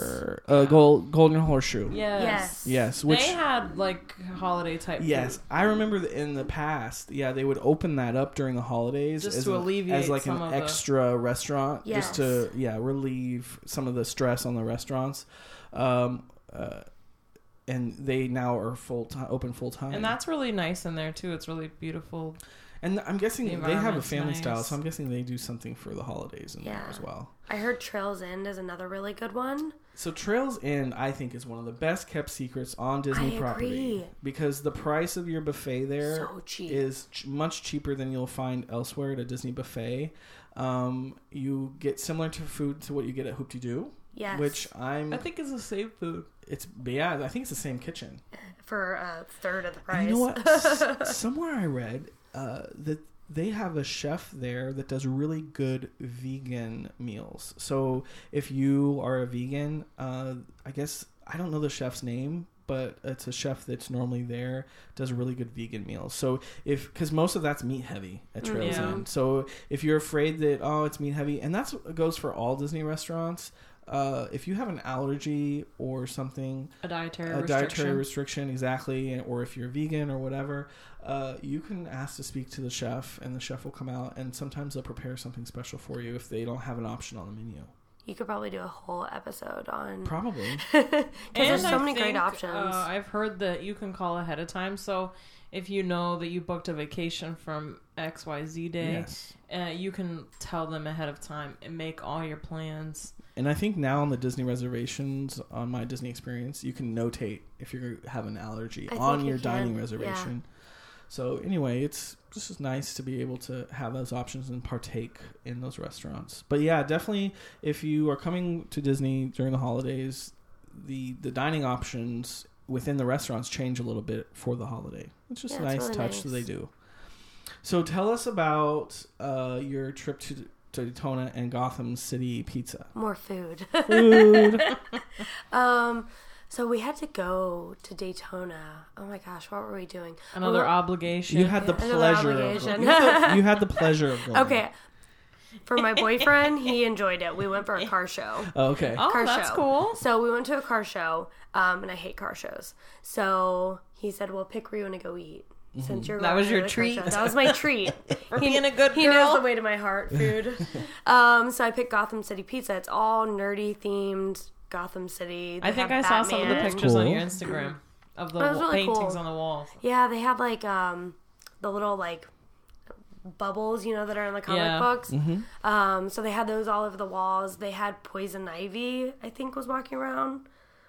[SPEAKER 1] uh, gold, golden horseshoe.
[SPEAKER 2] Yes.
[SPEAKER 3] Yes.
[SPEAKER 1] Yes, which
[SPEAKER 2] they had like holiday type.
[SPEAKER 1] yes, I remember that in the past. Yeah, they would open that up during the holidays
[SPEAKER 2] Just
[SPEAKER 1] as
[SPEAKER 2] to
[SPEAKER 1] an-
[SPEAKER 2] alleviate
[SPEAKER 1] as like
[SPEAKER 2] some
[SPEAKER 1] an
[SPEAKER 2] of the-
[SPEAKER 1] extra restaurant, just to
[SPEAKER 3] Yes.
[SPEAKER 1] yeah relieve some of the stress on the restaurants. Um, uh, and they now are full time, open full time,
[SPEAKER 2] food. and that's really nice in there too. It's really beautiful.
[SPEAKER 1] And I'm guessing
[SPEAKER 2] The
[SPEAKER 1] they have a
[SPEAKER 2] environment's
[SPEAKER 1] family style,
[SPEAKER 2] nice.
[SPEAKER 1] so I'm guessing they do something for the holidays in there
[SPEAKER 3] Yeah.
[SPEAKER 1] as well.
[SPEAKER 3] I heard Trails End is another really good one.
[SPEAKER 1] So Trails End, I think, is one of the best kept secrets on Disney
[SPEAKER 3] I
[SPEAKER 1] property
[SPEAKER 3] agree.
[SPEAKER 1] because the price of your buffet there is
[SPEAKER 3] So cheap.
[SPEAKER 1] ch- much cheaper than you'll find elsewhere at a Disney buffet. Um, you get similar to food to what you get at Hoop De Doo,
[SPEAKER 3] Yes,
[SPEAKER 1] which I'm.
[SPEAKER 2] I think it's the same food.
[SPEAKER 1] it's yeah, I think it's the same kitchen.
[SPEAKER 3] for a third of the
[SPEAKER 1] And
[SPEAKER 3] price.
[SPEAKER 1] You know what? S- Somewhere I read uh, that they have a chef there that does really good vegan meals. So if you are a vegan, uh, I guess I don't know the chef's name. But it's a chef that's normally there does really good vegan meals. So if because most of that's meat heavy at Trails
[SPEAKER 2] Yeah.
[SPEAKER 1] End. So if you're afraid that oh it's meat heavy, and that's goes for all Disney restaurants. Uh, if you have an allergy or something,
[SPEAKER 2] A dietary
[SPEAKER 1] a
[SPEAKER 2] restriction.
[SPEAKER 1] dietary restriction exactly and- or if you're vegan or whatever uh, you can ask to speak to the chef and the chef will come out and sometimes they'll prepare something special for you if they don't have an option on the menu
[SPEAKER 3] you could probably do a whole episode on
[SPEAKER 1] probably
[SPEAKER 3] because there's
[SPEAKER 2] And
[SPEAKER 3] so
[SPEAKER 2] I
[SPEAKER 3] many great
[SPEAKER 2] think,
[SPEAKER 3] options.
[SPEAKER 2] Uh, I've heard that you can call ahead of time. So if you know that you booked a vacation from XYZ day,
[SPEAKER 1] yes
[SPEAKER 2] uh, you can tell them ahead of time and make all your plans.
[SPEAKER 1] and i think now on the disney reservations on my disney experience you can notate if you have an allergy
[SPEAKER 3] I think
[SPEAKER 1] on
[SPEAKER 3] you
[SPEAKER 1] your dining
[SPEAKER 3] can,
[SPEAKER 1] reservation so anyway it's just as nice to be able to have those options and partake in those restaurants but yeah definitely if you are coming to disney during the holidays the the dining options within the restaurants change a little bit for the holiday it's just
[SPEAKER 3] Yeah,
[SPEAKER 1] a
[SPEAKER 3] it's
[SPEAKER 1] nice
[SPEAKER 3] really
[SPEAKER 1] touch
[SPEAKER 3] nice.
[SPEAKER 1] that they do so tell us about uh, your trip to, to daytona and gotham city pizza
[SPEAKER 3] More food.
[SPEAKER 1] food
[SPEAKER 3] um, so we had to go to Daytona. Oh my gosh, what were we doing?
[SPEAKER 2] Another
[SPEAKER 3] Well,
[SPEAKER 2] obligation.
[SPEAKER 1] You had the
[SPEAKER 3] Another
[SPEAKER 1] pleasure. Of
[SPEAKER 3] obligation.
[SPEAKER 1] going. You, had the, you had the pleasure of going.
[SPEAKER 3] Okay. For my boyfriend, he enjoyed it. We went for a car show.
[SPEAKER 1] Oh, okay.
[SPEAKER 2] oh,
[SPEAKER 3] car
[SPEAKER 2] that's
[SPEAKER 3] show.
[SPEAKER 2] cool.
[SPEAKER 3] So we went to a car show, um, and I hate car shows. So he said, "Well, pick where you want to go eat." Since you're
[SPEAKER 2] Mm-hmm. That
[SPEAKER 3] going
[SPEAKER 2] was
[SPEAKER 3] to
[SPEAKER 2] your
[SPEAKER 3] the car
[SPEAKER 2] treat.
[SPEAKER 3] show." That was my treat.
[SPEAKER 2] For being a good
[SPEAKER 3] he knows
[SPEAKER 2] girl.
[SPEAKER 3] the way to my heart. Food. um, so I picked Gotham City Pizza. It's all nerdy themed. Gotham City. They
[SPEAKER 2] I think I
[SPEAKER 3] have
[SPEAKER 2] saw some of the
[SPEAKER 3] Batman.
[SPEAKER 2] pictures on
[SPEAKER 1] Cool.
[SPEAKER 2] your Instagram of the
[SPEAKER 3] That was
[SPEAKER 2] wa-
[SPEAKER 3] really
[SPEAKER 2] paintings
[SPEAKER 3] cool.
[SPEAKER 2] on the walls.
[SPEAKER 3] Yeah, they have like um, the little like bubbles, you know, that are in the comic
[SPEAKER 2] Yeah.
[SPEAKER 3] books. Um, so they had those all over the walls. They had Poison Ivy, I think, was walking around.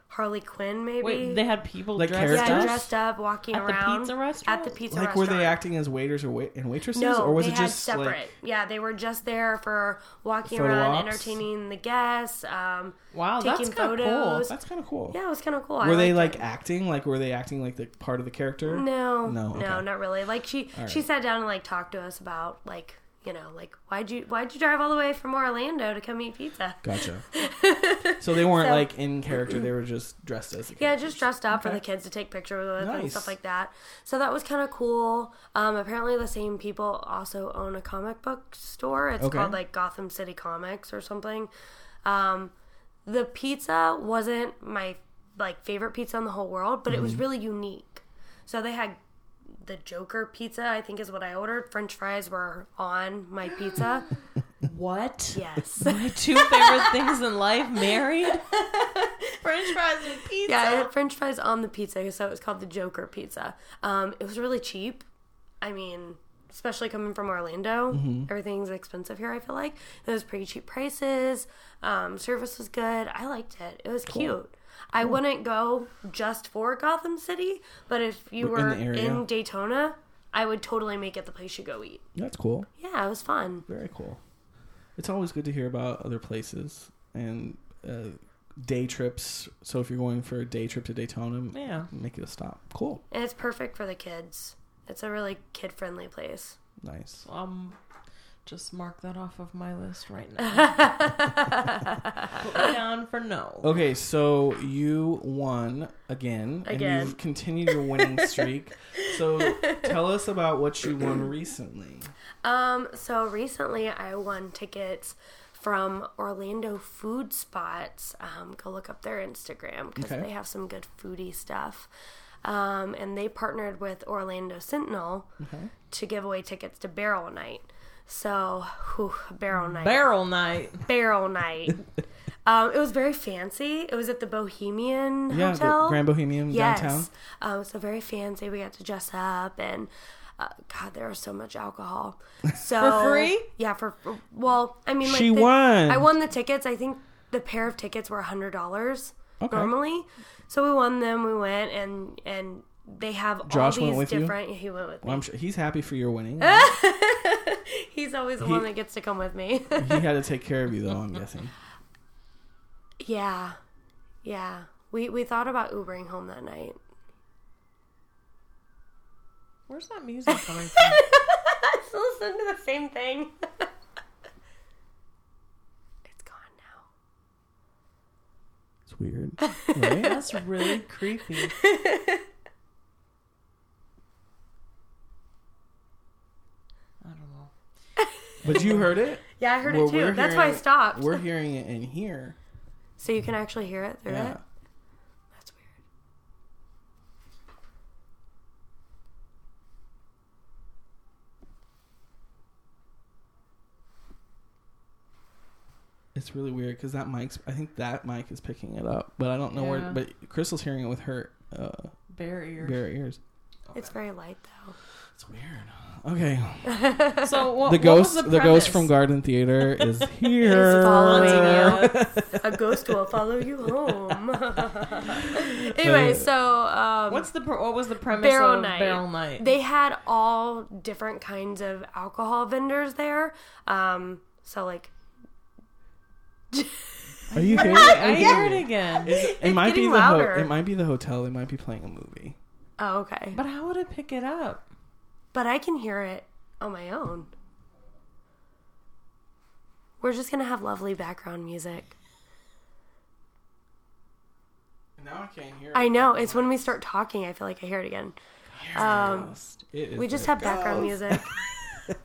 [SPEAKER 3] Harley Quinn, maybe.
[SPEAKER 2] Wait, they had people
[SPEAKER 1] Like
[SPEAKER 2] dressed
[SPEAKER 1] characters?
[SPEAKER 3] yeah,
[SPEAKER 2] up.
[SPEAKER 3] dressed up, walking
[SPEAKER 2] At the
[SPEAKER 3] around
[SPEAKER 2] pizza restaurant?
[SPEAKER 3] At the pizza
[SPEAKER 1] Like, were
[SPEAKER 3] restaurant.
[SPEAKER 1] they acting as waiters or wait- and waitresses,
[SPEAKER 3] No,
[SPEAKER 1] or was
[SPEAKER 3] they
[SPEAKER 1] it
[SPEAKER 3] had
[SPEAKER 1] just
[SPEAKER 3] separate.
[SPEAKER 1] like
[SPEAKER 3] yeah, they were just there for walking
[SPEAKER 1] Photo
[SPEAKER 3] around,
[SPEAKER 1] ops?
[SPEAKER 3] entertaining the guests. Um,
[SPEAKER 2] Wow, that's
[SPEAKER 3] taking
[SPEAKER 2] kind of cool.
[SPEAKER 3] photos.
[SPEAKER 1] that's kind of cool?
[SPEAKER 3] yeah, it was kind of cool. I
[SPEAKER 1] Were they
[SPEAKER 3] liked
[SPEAKER 1] like
[SPEAKER 3] it.
[SPEAKER 1] acting? Like, were they acting like the part of the character?
[SPEAKER 3] No,
[SPEAKER 1] No,
[SPEAKER 3] no,
[SPEAKER 1] okay.
[SPEAKER 3] not really. Like she,
[SPEAKER 1] All
[SPEAKER 3] she
[SPEAKER 1] right.
[SPEAKER 3] sat down and like talked to us about like you know like why'd you why'd you drive all the way from Orlando to come eat pizza?
[SPEAKER 1] Gotcha. so they weren't
[SPEAKER 3] So-
[SPEAKER 1] like in character; they were just dressed as. The
[SPEAKER 3] Yeah,
[SPEAKER 1] character.
[SPEAKER 3] just dressed up for the kids to take pictures with and
[SPEAKER 1] Nice.
[SPEAKER 3] stuff like that. So that was kind of cool. Um, apparently, the same people also own a comic book store. It's
[SPEAKER 1] Okay.
[SPEAKER 3] called like Gotham City Comics or something. Um, the pizza wasn't my like favorite pizza in the whole world, but it
[SPEAKER 1] Mm-hmm.
[SPEAKER 3] was really unique. So they had the Joker pizza, I think is what I ordered. French fries were on my pizza.
[SPEAKER 2] What?
[SPEAKER 3] yes.
[SPEAKER 2] My two favorite things in life: married, French fries, and pizza.
[SPEAKER 3] Yeah, I had French fries on the pizza, so it was called the Joker pizza. Um, it was really cheap. I mean, especially coming from Orlando,
[SPEAKER 1] Mm-hmm.
[SPEAKER 3] everything's expensive here. I feel like it was pretty cheap prices. Um, service was good. I liked it. It was cute. I wouldn't go just for Gotham City, but if you
[SPEAKER 1] But in
[SPEAKER 3] were
[SPEAKER 1] the area.
[SPEAKER 3] in Daytona, I would totally make it the place you go eat.
[SPEAKER 1] That's cool.
[SPEAKER 3] Yeah, it was fun.
[SPEAKER 1] Very cool. It's always good to hear about other places and uh, day trips. So if you're going for a day trip to Daytona,
[SPEAKER 2] Yeah.
[SPEAKER 1] make it a stop. Cool.
[SPEAKER 3] And it's perfect for the kids. It's a really kid friendly place.
[SPEAKER 1] Nice.
[SPEAKER 2] Um, just mark that off of my list right now. Put me down for no.
[SPEAKER 1] Okay, so you won again,
[SPEAKER 3] Again.
[SPEAKER 1] and you've continued your winning streak. so tell us about what you won recently.
[SPEAKER 3] Um, so recently I won tickets from Orlando Food Spots. Um, go look up their Instagram because
[SPEAKER 1] Okay.
[SPEAKER 3] they have some good foodie stuff. Um, and they partnered with Orlando Sentinel to give away tickets to Barrel Night. So, whew, Barrel Night.
[SPEAKER 2] Barrel night.
[SPEAKER 3] barrel Night. um, it was very fancy. It was at the Bohemian
[SPEAKER 1] Yeah,
[SPEAKER 3] Hotel.
[SPEAKER 1] the Grand Bohemian
[SPEAKER 3] Yes.
[SPEAKER 1] downtown.
[SPEAKER 3] Um, so very fancy. We got to dress up and uh, God, there was so much alcohol. So
[SPEAKER 2] For free?
[SPEAKER 3] Yeah, for well, I mean, like
[SPEAKER 1] She
[SPEAKER 3] the-
[SPEAKER 1] won.
[SPEAKER 3] I won the tickets. I think the pair of tickets were hundred dollars
[SPEAKER 1] Okay.
[SPEAKER 3] normally. So we won them. We went and and they have
[SPEAKER 1] Josh
[SPEAKER 3] all
[SPEAKER 1] went
[SPEAKER 3] these
[SPEAKER 1] with you?
[SPEAKER 3] different. He went with me.
[SPEAKER 1] Well, I'm sure he's happy for your winning.
[SPEAKER 3] He's always the
[SPEAKER 1] He-
[SPEAKER 3] one that gets to come with me.
[SPEAKER 1] he had to take care of you, though. I'm guessing.
[SPEAKER 3] yeah, yeah. We we thought about Ubering home that night.
[SPEAKER 2] Where's that music coming from?
[SPEAKER 3] Let's listen to the same thing. it's gone now.
[SPEAKER 1] It's weird, right?
[SPEAKER 2] That's really creepy. I don't know.
[SPEAKER 1] but you heard it.
[SPEAKER 3] Yeah, I heard
[SPEAKER 1] Well,
[SPEAKER 3] it too.
[SPEAKER 1] we're
[SPEAKER 3] That's why I
[SPEAKER 1] hearing-
[SPEAKER 3] stopped.
[SPEAKER 1] We're hearing it in here.
[SPEAKER 3] So you can actually hear it through
[SPEAKER 1] Yeah.
[SPEAKER 3] it? That's weird.
[SPEAKER 1] It's really weird because that mic's. I think that mic is picking it up, but I don't know where.
[SPEAKER 2] Yeah.
[SPEAKER 1] But Crystal's hearing it with her uh,
[SPEAKER 2] Bear ears.
[SPEAKER 1] bare ears.
[SPEAKER 3] It's very light though.
[SPEAKER 1] It's weird. Okay,
[SPEAKER 2] So what,
[SPEAKER 1] the
[SPEAKER 2] what was
[SPEAKER 1] ghost.
[SPEAKER 2] the,
[SPEAKER 1] The, ghost
[SPEAKER 2] premise?
[SPEAKER 1] from Garden Theater is
[SPEAKER 3] It's following
[SPEAKER 1] here.
[SPEAKER 3] you. A ghost will follow you home.
[SPEAKER 1] Uh,
[SPEAKER 3] anyway, so um,
[SPEAKER 2] What's the pre- what was the premise
[SPEAKER 3] Barrel
[SPEAKER 2] of
[SPEAKER 3] Night.
[SPEAKER 2] Barrel Night?
[SPEAKER 3] They had all different kinds of alcohol vendors there. Um, so like
[SPEAKER 1] Are you here?
[SPEAKER 2] I hear it again.
[SPEAKER 1] It, might be
[SPEAKER 3] getting
[SPEAKER 1] the ho-
[SPEAKER 3] louder.
[SPEAKER 1] it might be the hotel. They might be playing a movie.
[SPEAKER 3] oh okay. But,
[SPEAKER 2] But how would it pick it up?
[SPEAKER 3] but I can hear it on my own. We're just gonna have lovely background music.
[SPEAKER 1] Now I can't hear.
[SPEAKER 3] I know, it's when we start talking I feel like I hear it again. Um we just have background music.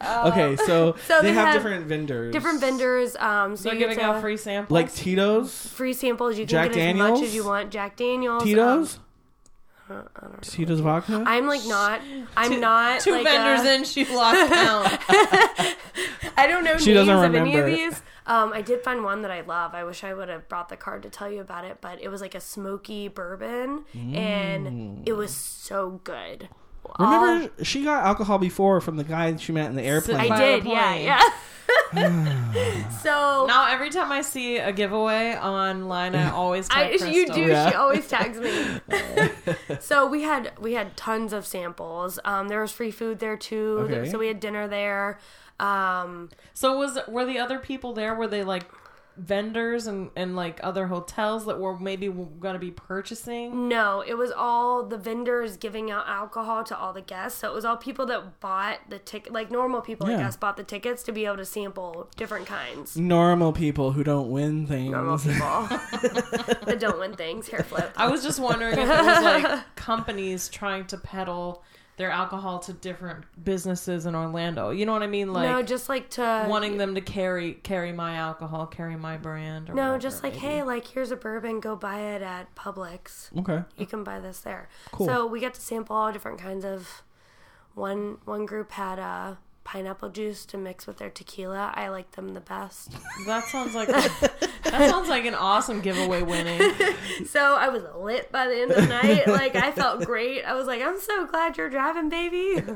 [SPEAKER 3] Oh.
[SPEAKER 1] Okay, so,
[SPEAKER 3] So
[SPEAKER 1] they,
[SPEAKER 3] they
[SPEAKER 1] have,
[SPEAKER 3] have
[SPEAKER 1] different vendors.
[SPEAKER 3] different vendors. Um, so
[SPEAKER 2] They're
[SPEAKER 3] you get
[SPEAKER 2] giving
[SPEAKER 3] to-
[SPEAKER 2] out free samples.
[SPEAKER 1] like Tito's.
[SPEAKER 3] free samples. You can
[SPEAKER 1] Jack
[SPEAKER 3] get as
[SPEAKER 1] Daniels?
[SPEAKER 3] much as you want. Jack Daniels. um,
[SPEAKER 1] Tito's. Tito's vodka.
[SPEAKER 3] I'm like not. I'm not.
[SPEAKER 2] two
[SPEAKER 3] like
[SPEAKER 2] vendors
[SPEAKER 3] a,
[SPEAKER 2] in, she lost count.
[SPEAKER 3] I don't know
[SPEAKER 1] She
[SPEAKER 3] names
[SPEAKER 1] doesn't
[SPEAKER 3] of any of
[SPEAKER 1] remember.
[SPEAKER 3] these. Um, I did find one that I love. I wish I would have brought the card to tell you about it, but it was like a smoky bourbon, and it was so good. All-
[SPEAKER 1] Remember, she got alcohol before from the guy that she met in the airplane.
[SPEAKER 3] I
[SPEAKER 2] By
[SPEAKER 3] did.
[SPEAKER 2] the
[SPEAKER 3] Yeah,
[SPEAKER 2] plane.
[SPEAKER 3] yeah. so
[SPEAKER 2] now every time I see a giveaway online, I always
[SPEAKER 3] I,
[SPEAKER 2] tag
[SPEAKER 3] you
[SPEAKER 2] Crystal.
[SPEAKER 3] do.
[SPEAKER 1] Yeah.
[SPEAKER 3] She always tags me. so we had we had tons of samples. Um, there was free food there too.
[SPEAKER 1] Okay.
[SPEAKER 3] So we had dinner there. Um,
[SPEAKER 2] So was were the other people there? Were they like vendors and and like other hotels that were maybe going to be purchasing?
[SPEAKER 3] no, it was all the vendors giving out alcohol to all the guests. So it was all people that bought the ticket, like normal people like
[SPEAKER 1] Yeah.
[SPEAKER 3] us bought the tickets to be able to sample different kinds.
[SPEAKER 1] Normal people who don't win things.
[SPEAKER 3] Normal people that don't win things. Hair flip.
[SPEAKER 2] I was just wondering if it was like companies trying to peddle their alcohol to different businesses in Orlando. You know what I mean? Like
[SPEAKER 3] no, just like to
[SPEAKER 2] wanting them to carry carry my alcohol, carry my brand. Or
[SPEAKER 3] No,
[SPEAKER 2] whatever
[SPEAKER 3] just
[SPEAKER 2] it
[SPEAKER 3] like
[SPEAKER 2] may
[SPEAKER 3] hey, like here's a bourbon. Go buy it at Publix.
[SPEAKER 1] Okay.
[SPEAKER 3] you can buy this there.
[SPEAKER 1] Cool.
[SPEAKER 3] So we got to sample all different kinds of. One one group had uh, pineapple juice to mix with their tequila. I liked them the best.
[SPEAKER 2] be. That sounds like that sounds like an awesome giveaway winning.
[SPEAKER 3] so I was lit by the end of the night. Like I felt great. I was like, I'm so glad you're driving, baby.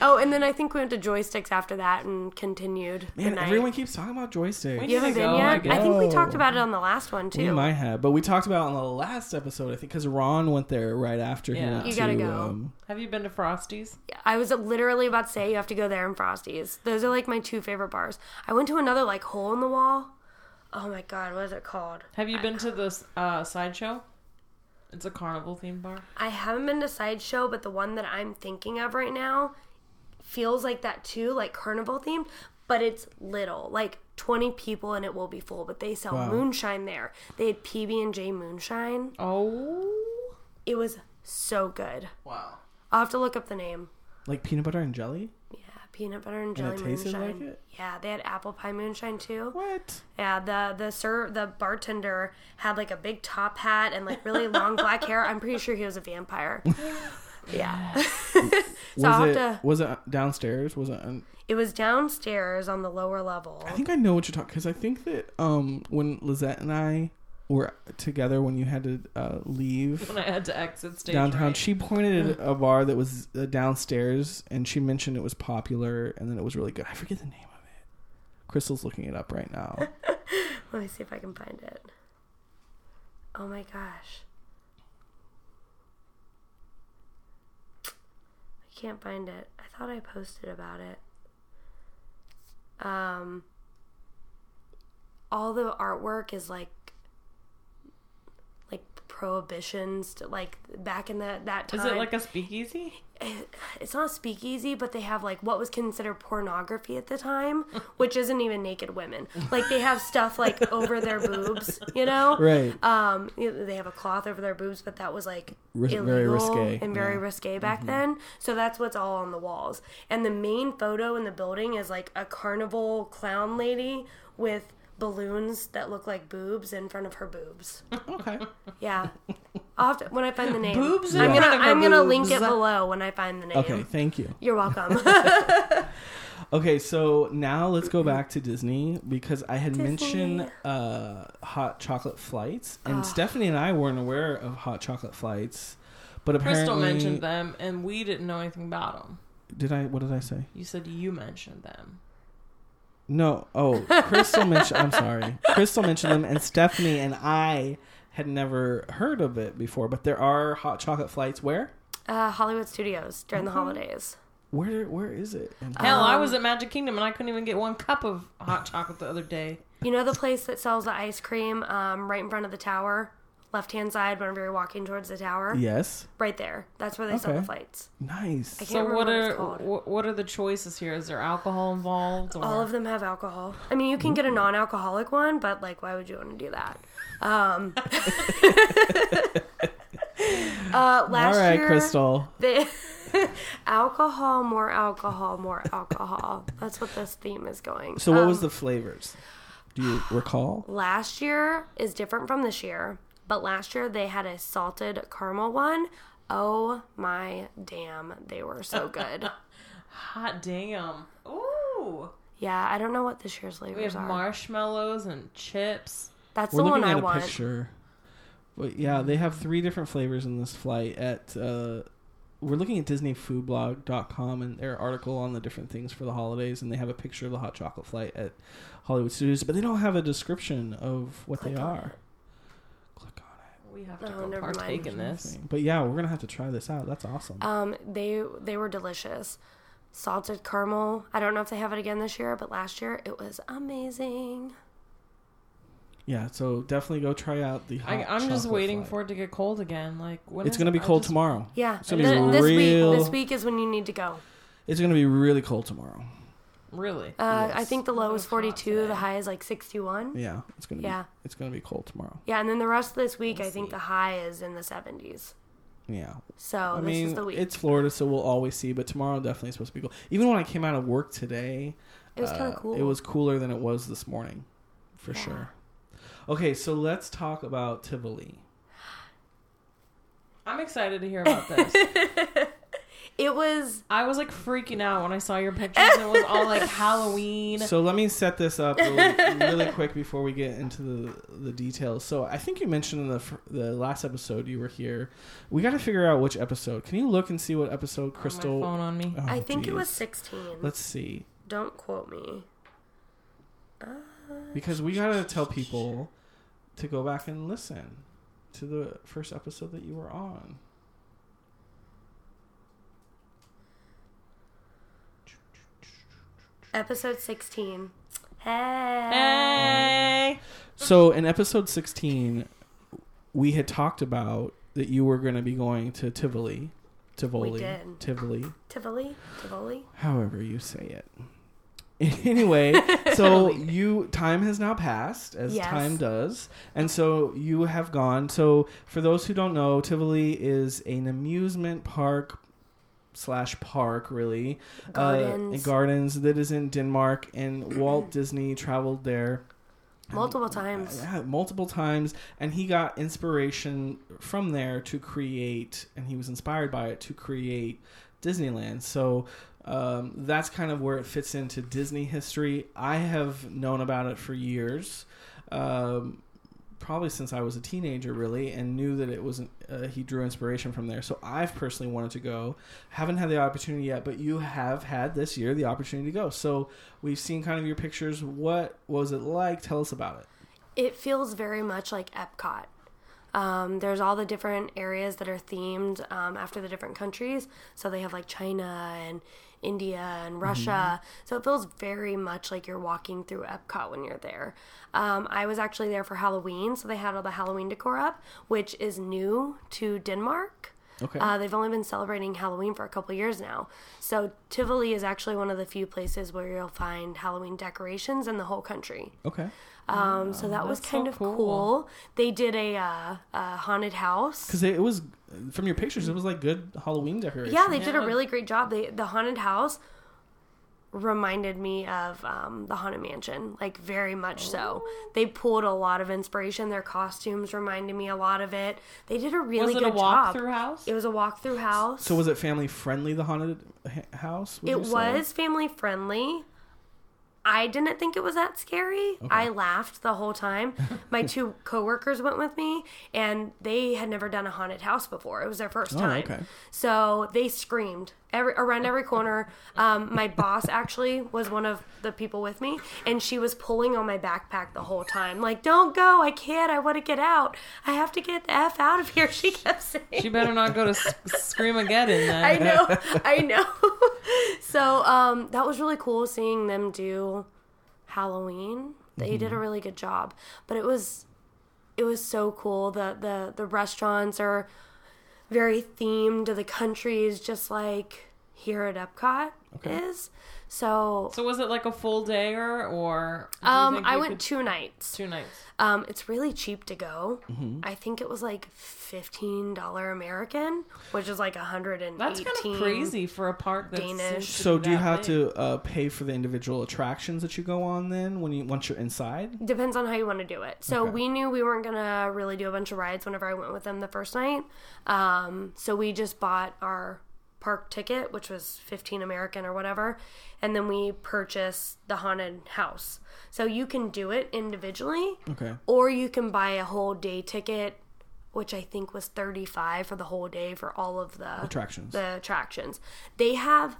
[SPEAKER 3] Oh, and then I think we went to Joysticks after that and continued. the
[SPEAKER 1] Man,
[SPEAKER 3] night.
[SPEAKER 1] everyone keeps talking about joysticks.
[SPEAKER 2] We
[SPEAKER 3] You haven't
[SPEAKER 2] need to
[SPEAKER 3] been
[SPEAKER 2] go, I
[SPEAKER 3] yet.
[SPEAKER 2] guess.
[SPEAKER 3] I, think we talked
[SPEAKER 1] Oh.
[SPEAKER 3] about it on the last one too.
[SPEAKER 1] We might have, but we talked about it on the last episode, I think, because Ron went there right after he
[SPEAKER 2] Yeah.
[SPEAKER 1] went
[SPEAKER 3] You gotta
[SPEAKER 1] to,
[SPEAKER 3] go.
[SPEAKER 1] Um,
[SPEAKER 2] Have you been to Frosty's?
[SPEAKER 3] I was literally about to say you have to go there and Frosties. Those are like my two favorite bars. I went to another like hole in the wall. Oh my god, what is it called?
[SPEAKER 2] Have you been to this uh, sideshow? It's a carnival themed bar.
[SPEAKER 3] I haven't been to Sideshow, but the one that I'm thinking of right now feels like that too, like carnival themed, but it's little, like 20 people and it will be full. But they sell
[SPEAKER 1] Wow.
[SPEAKER 3] moonshine there. They had PB and J moonshine.
[SPEAKER 2] Oh,
[SPEAKER 3] It was so good.
[SPEAKER 2] wow!
[SPEAKER 3] I'll have to look up the name.
[SPEAKER 1] like peanut butter and jelly.
[SPEAKER 3] Yeah, peanut butter and jelly
[SPEAKER 1] it tasted
[SPEAKER 3] moonshine.
[SPEAKER 1] like it?
[SPEAKER 3] Yeah, they had apple pie moonshine too.
[SPEAKER 1] What?
[SPEAKER 3] Yeah, the the sir the bartender had like a big top hat and like really long black hair. I'm pretty sure he was a vampire. Yeah. so I'll
[SPEAKER 1] was
[SPEAKER 3] have
[SPEAKER 1] it
[SPEAKER 3] to
[SPEAKER 1] was it downstairs? Was it? on-
[SPEAKER 3] it was downstairs on the lower level.
[SPEAKER 1] I think I know what you're talking because I think that um when Lizette and I were together when you had to uh, leave
[SPEAKER 2] When I had to exit stage
[SPEAKER 1] downtown,
[SPEAKER 2] right.
[SPEAKER 1] she pointed at a bar that was uh, downstairs and she mentioned it was popular and then it was really good. I forget the name of it. Crystal's looking it up right now.
[SPEAKER 3] Let me see if I can find it. Oh my gosh. I can't find it. I thought I posted about it. Um all the artwork is like like prohibitions to, like back in the that time
[SPEAKER 2] Is it like a speakeasy?
[SPEAKER 3] it's not a speakeasy, but they have like what was considered pornography at the time, which isn't even naked women. Like they have stuff like over their boobs, you know?
[SPEAKER 1] right.
[SPEAKER 3] Um, you know, they have a cloth over their boobs, but that was like
[SPEAKER 1] Ris-
[SPEAKER 3] illegal
[SPEAKER 1] very risque,
[SPEAKER 3] and very
[SPEAKER 1] yeah. Mm-hmm.
[SPEAKER 3] risque back then. So that's what's all on the walls. And the main photo in the building is like a carnival clown lady with balloons that look like boobs in front of her boobs.
[SPEAKER 1] okay.
[SPEAKER 3] Yeah. I'll have to, when I find the name.
[SPEAKER 2] Boobs in
[SPEAKER 3] I'm
[SPEAKER 2] front
[SPEAKER 3] gonna
[SPEAKER 2] of her
[SPEAKER 3] I'm gonna link it
[SPEAKER 2] boobs.
[SPEAKER 3] below when I find the name.
[SPEAKER 1] Okay. Thank you.
[SPEAKER 3] You're welcome.
[SPEAKER 1] Okay, so now let's go back to Disney because I had
[SPEAKER 3] Disney.
[SPEAKER 1] mentioned uh, hot chocolate flights,
[SPEAKER 3] Ah.
[SPEAKER 1] and Stephanie and I weren't aware of hot chocolate flights, but apparently
[SPEAKER 2] Crystal mentioned them, and we didn't know anything about them.
[SPEAKER 1] Did I? What did I say?
[SPEAKER 2] You said you mentioned them.
[SPEAKER 1] No. Oh, Crystal mentioned. I'm sorry. Crystal mentioned them, and Stephanie and I had never heard of it before. But there are hot chocolate flights. Where?
[SPEAKER 3] uh, Hollywood Studios during
[SPEAKER 2] Mm-hmm.
[SPEAKER 3] the holidays.
[SPEAKER 1] Where? Where is it? And-
[SPEAKER 3] Uh,
[SPEAKER 2] Hell, I was at Magic Kingdom and I couldn't even get one cup of hot chocolate the other day.
[SPEAKER 3] You know the place that sells the ice cream um, right in front of the tower, left hand side whenever you're walking towards the tower.
[SPEAKER 1] yes.
[SPEAKER 3] Right there. That's where they sell the
[SPEAKER 1] Okay.
[SPEAKER 3] flights.
[SPEAKER 1] Nice.
[SPEAKER 3] I can't
[SPEAKER 2] So
[SPEAKER 3] remember
[SPEAKER 2] what
[SPEAKER 3] what it's
[SPEAKER 2] are
[SPEAKER 3] called.
[SPEAKER 2] what, what are the choices here? Is there alcohol involved? Or...
[SPEAKER 3] All of them have alcohol. I mean, you can get a non-alcoholic one, but like, why would you want to do that? Um, uh,
[SPEAKER 1] All
[SPEAKER 3] last
[SPEAKER 1] right,
[SPEAKER 3] year,
[SPEAKER 1] Crystal.
[SPEAKER 3] They, alcohol, more alcohol, more alcohol. That's what this theme is going.
[SPEAKER 1] So, what was the flavors? Do you recall?
[SPEAKER 3] last year is different from this year, but last year they had a salted caramel one. Oh my damn, they were so good.
[SPEAKER 2] Hot damn! Ooh,
[SPEAKER 3] yeah, I don't know what this year's
[SPEAKER 2] we
[SPEAKER 3] flavors
[SPEAKER 2] have
[SPEAKER 3] are.
[SPEAKER 2] marshmallows and chips.
[SPEAKER 3] That's
[SPEAKER 1] We're
[SPEAKER 3] the
[SPEAKER 1] looking
[SPEAKER 3] one I
[SPEAKER 1] at a
[SPEAKER 3] want.
[SPEAKER 1] picture. But yeah, they have three different flavors in this flight. At uh, we're looking at DisneyFoodBlog.com and their article on the different things for the holidays, and they have a picture of the hot chocolate flight at Hollywood Studios, but they don't have a description of what they
[SPEAKER 3] Click on
[SPEAKER 1] are. Click on
[SPEAKER 2] We have to
[SPEAKER 3] Oh,
[SPEAKER 2] go
[SPEAKER 3] never
[SPEAKER 2] partake in
[SPEAKER 3] mind.
[SPEAKER 1] it.
[SPEAKER 2] this.
[SPEAKER 1] But yeah, we're gonna have to try this out. That's awesome.
[SPEAKER 2] Uh,
[SPEAKER 3] Um, they they were delicious. Salted caramel. I don't know if they have it again this year, but last year it was amazing.
[SPEAKER 1] yeah, so definitely go try out the. Hot
[SPEAKER 2] I, I'm just
[SPEAKER 1] chocolate
[SPEAKER 2] waiting
[SPEAKER 1] flight.
[SPEAKER 2] for it to get cold again. Like when
[SPEAKER 1] It's
[SPEAKER 2] is
[SPEAKER 1] gonna
[SPEAKER 2] it?
[SPEAKER 1] be
[SPEAKER 2] I
[SPEAKER 1] cold
[SPEAKER 2] just-
[SPEAKER 1] tomorrow.
[SPEAKER 3] Yeah,
[SPEAKER 1] It's gonna be
[SPEAKER 3] th- this
[SPEAKER 1] real-
[SPEAKER 3] week this week is when you need to go.
[SPEAKER 1] It's gonna be really cold tomorrow.
[SPEAKER 2] Really?
[SPEAKER 3] Uh, I
[SPEAKER 1] Yes.
[SPEAKER 3] think the low
[SPEAKER 2] Oh,
[SPEAKER 3] is
[SPEAKER 2] it's hot
[SPEAKER 3] 42,
[SPEAKER 2] today.
[SPEAKER 3] the high is like 61.
[SPEAKER 1] Yeah, it's gonna
[SPEAKER 3] Yeah.
[SPEAKER 1] be. It's gonna be cold tomorrow.
[SPEAKER 3] Yeah, and then the rest of this week,
[SPEAKER 2] We'll
[SPEAKER 3] I think
[SPEAKER 2] see.
[SPEAKER 3] the high is in the 70s.
[SPEAKER 1] Yeah,
[SPEAKER 3] So
[SPEAKER 1] I
[SPEAKER 3] Oh, this
[SPEAKER 1] mean,
[SPEAKER 3] is the week.
[SPEAKER 1] it's Florida, so we'll always see. But tomorrow definitely supposed to be cool. Even when I came out of work today,
[SPEAKER 3] It was kinda
[SPEAKER 1] uh,
[SPEAKER 3] cool.
[SPEAKER 1] It was cooler than it was this morning, for
[SPEAKER 3] Yeah.
[SPEAKER 1] sure. Okay, so let's talk about Tivoli.
[SPEAKER 2] I'm excited to hear about this.
[SPEAKER 3] It was
[SPEAKER 2] I was like freaking out when I saw your pictures. and It was all like Halloween.
[SPEAKER 1] So let me set this up really, really quick before we get into the, the details. So I think you mentioned in the fir- the last episode you were here. We got to figure out which episode. Can you look and see what episode Crystal?
[SPEAKER 2] Oh, My phone on me.
[SPEAKER 1] Oh,
[SPEAKER 3] I think it was
[SPEAKER 1] geez.
[SPEAKER 3] 16.
[SPEAKER 1] Let's see
[SPEAKER 3] Don't quote me.
[SPEAKER 1] because we got to tell people to go back and listen to the first episode that you were on.
[SPEAKER 3] Episode 16. Hey.
[SPEAKER 2] Hey.
[SPEAKER 1] So in episode 16, we had talked about that you were going to be going to Tivoli, Tivoli,
[SPEAKER 3] did.
[SPEAKER 1] Tivoli.
[SPEAKER 3] Tivoli? Tivoli?
[SPEAKER 1] however you say it. anyway, so you time has now passed as
[SPEAKER 3] Yes.
[SPEAKER 1] time does, and so you have gone. So for those who don't know, Tivoli is an amusement park slash park really uh,
[SPEAKER 3] Gardens.
[SPEAKER 1] gardens that is in Denmark, and Walt Disney traveled there
[SPEAKER 3] Multiple times.
[SPEAKER 1] yeah, multiple times, and he got inspiration from there to create, and he was inspired by it to create Disneyland. So um, that's kind of where it fits into Disney history. I have known about it for years, um, probably since I was a teenager, really, and knew that it was uh, he drew inspiration from there. So I've personally wanted to go, haven't had the opportunity yet, but you have had this year the opportunity to go. So we've seen kind of your pictures. What was it like? Tell us about it.
[SPEAKER 3] It feels very much like Epcot. Um, there's all the different areas that are themed um, after the different countries. So they have like China and India and Russia. So it feels very much like you're walking through Epcot when you're there. Um, I was actually there for Halloween. So they had all the Halloween decor up, which is new to Denmark.
[SPEAKER 1] Okay.
[SPEAKER 3] Uh, they've only been celebrating Halloween for a couple years now. So Tivoli is actually one of the few places where you'll find Halloween decorations in the whole country.
[SPEAKER 1] okay.
[SPEAKER 3] Um, so that was
[SPEAKER 2] Oh, that's
[SPEAKER 3] kind
[SPEAKER 2] so
[SPEAKER 3] of
[SPEAKER 2] cool.
[SPEAKER 3] cool. They did a, uh, a haunted house.
[SPEAKER 1] Because it was from your pictures, it was like good Halloween decoration.
[SPEAKER 3] Yeah, they did a
[SPEAKER 2] Yeah.
[SPEAKER 3] really great job. They the haunted house reminded me of um, the haunted mansion, like very much so.
[SPEAKER 2] Oh.
[SPEAKER 3] They pulled a lot of inspiration. Their costumes reminded me a lot of it. They did a really
[SPEAKER 2] Was it a
[SPEAKER 3] good job.
[SPEAKER 2] walkthrough house?
[SPEAKER 3] It was a walkthrough house.
[SPEAKER 1] So was it family friendly? The haunted ha- house. would
[SPEAKER 3] It
[SPEAKER 1] you say?
[SPEAKER 3] was family friendly. I didn't think it was that scary. I laughed the whole time. My two coworkers went with me, and they had never done a haunted house before. It was their first
[SPEAKER 1] Oh,
[SPEAKER 3] time,
[SPEAKER 1] okay.
[SPEAKER 3] so they screamed every around every corner. Um, my boss actually was one of the people with me, and she was pulling on my backpack the whole time, like "Don't go! I can't! I want to get out! I have to get the f out of here!" She kept saying.
[SPEAKER 2] She better not go to S- Screamageddon then.
[SPEAKER 3] I know, I know. so um, that was really cool seeing them do Halloween. They did
[SPEAKER 2] Mm-hmm.
[SPEAKER 3] a really good job, but it was it was so cool. The the the restaurants are very themed to the countries, just like here at Epcot is. So.
[SPEAKER 2] So was it like a full day or or? do you
[SPEAKER 3] um,
[SPEAKER 2] think
[SPEAKER 3] I
[SPEAKER 2] you
[SPEAKER 3] went
[SPEAKER 2] could-
[SPEAKER 3] two nights.
[SPEAKER 2] two nights.
[SPEAKER 3] Um, it's really cheap to go.
[SPEAKER 2] Mm-hmm.
[SPEAKER 3] I think it was like fifteen dollar American, which is like a hundred and
[SPEAKER 2] That's
[SPEAKER 3] eighteen.
[SPEAKER 2] kind of crazy for a park that's
[SPEAKER 3] Danish.
[SPEAKER 1] So do you have to uh, pay for the individual attractions that you go on then when you once you're inside?
[SPEAKER 3] Depends on how you want to do it. So
[SPEAKER 1] Okay.
[SPEAKER 3] we knew we weren't gonna really do a bunch of rides whenever I went with them the first night. Um, so we just bought our park ticket, which was fifteen American or whatever, and then we purchased the haunted house. So you can do it individually,
[SPEAKER 1] Okay.
[SPEAKER 3] or you can buy a whole day ticket, which I think was thirty five for the whole day for all of the
[SPEAKER 1] Attractions.
[SPEAKER 3] the attractions. They have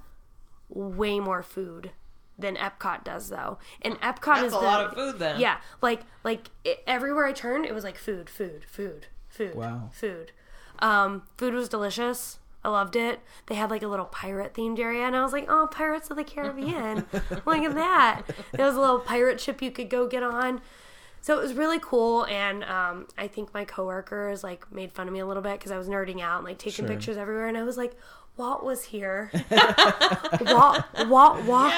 [SPEAKER 3] way more food than Epcot does, though. And Epcot is
[SPEAKER 2] That's a
[SPEAKER 3] the-
[SPEAKER 2] lot of food then.
[SPEAKER 3] Yeah, like like it, everywhere I turned, it was like food, food, food, food,
[SPEAKER 1] Wow.
[SPEAKER 3] food. Um, food was delicious. I loved it. They had like a little pirate themed area, and I was like, "Oh, Pirates of the Caribbean! Look at that!" There was a little pirate ship you could go get on. So it was really cool, and um, I think my coworkers like made fun of me a little bit because I was nerding out and like taking
[SPEAKER 1] Sure.
[SPEAKER 3] pictures everywhere, and I was like, "Walt was here. Walt, Walt walked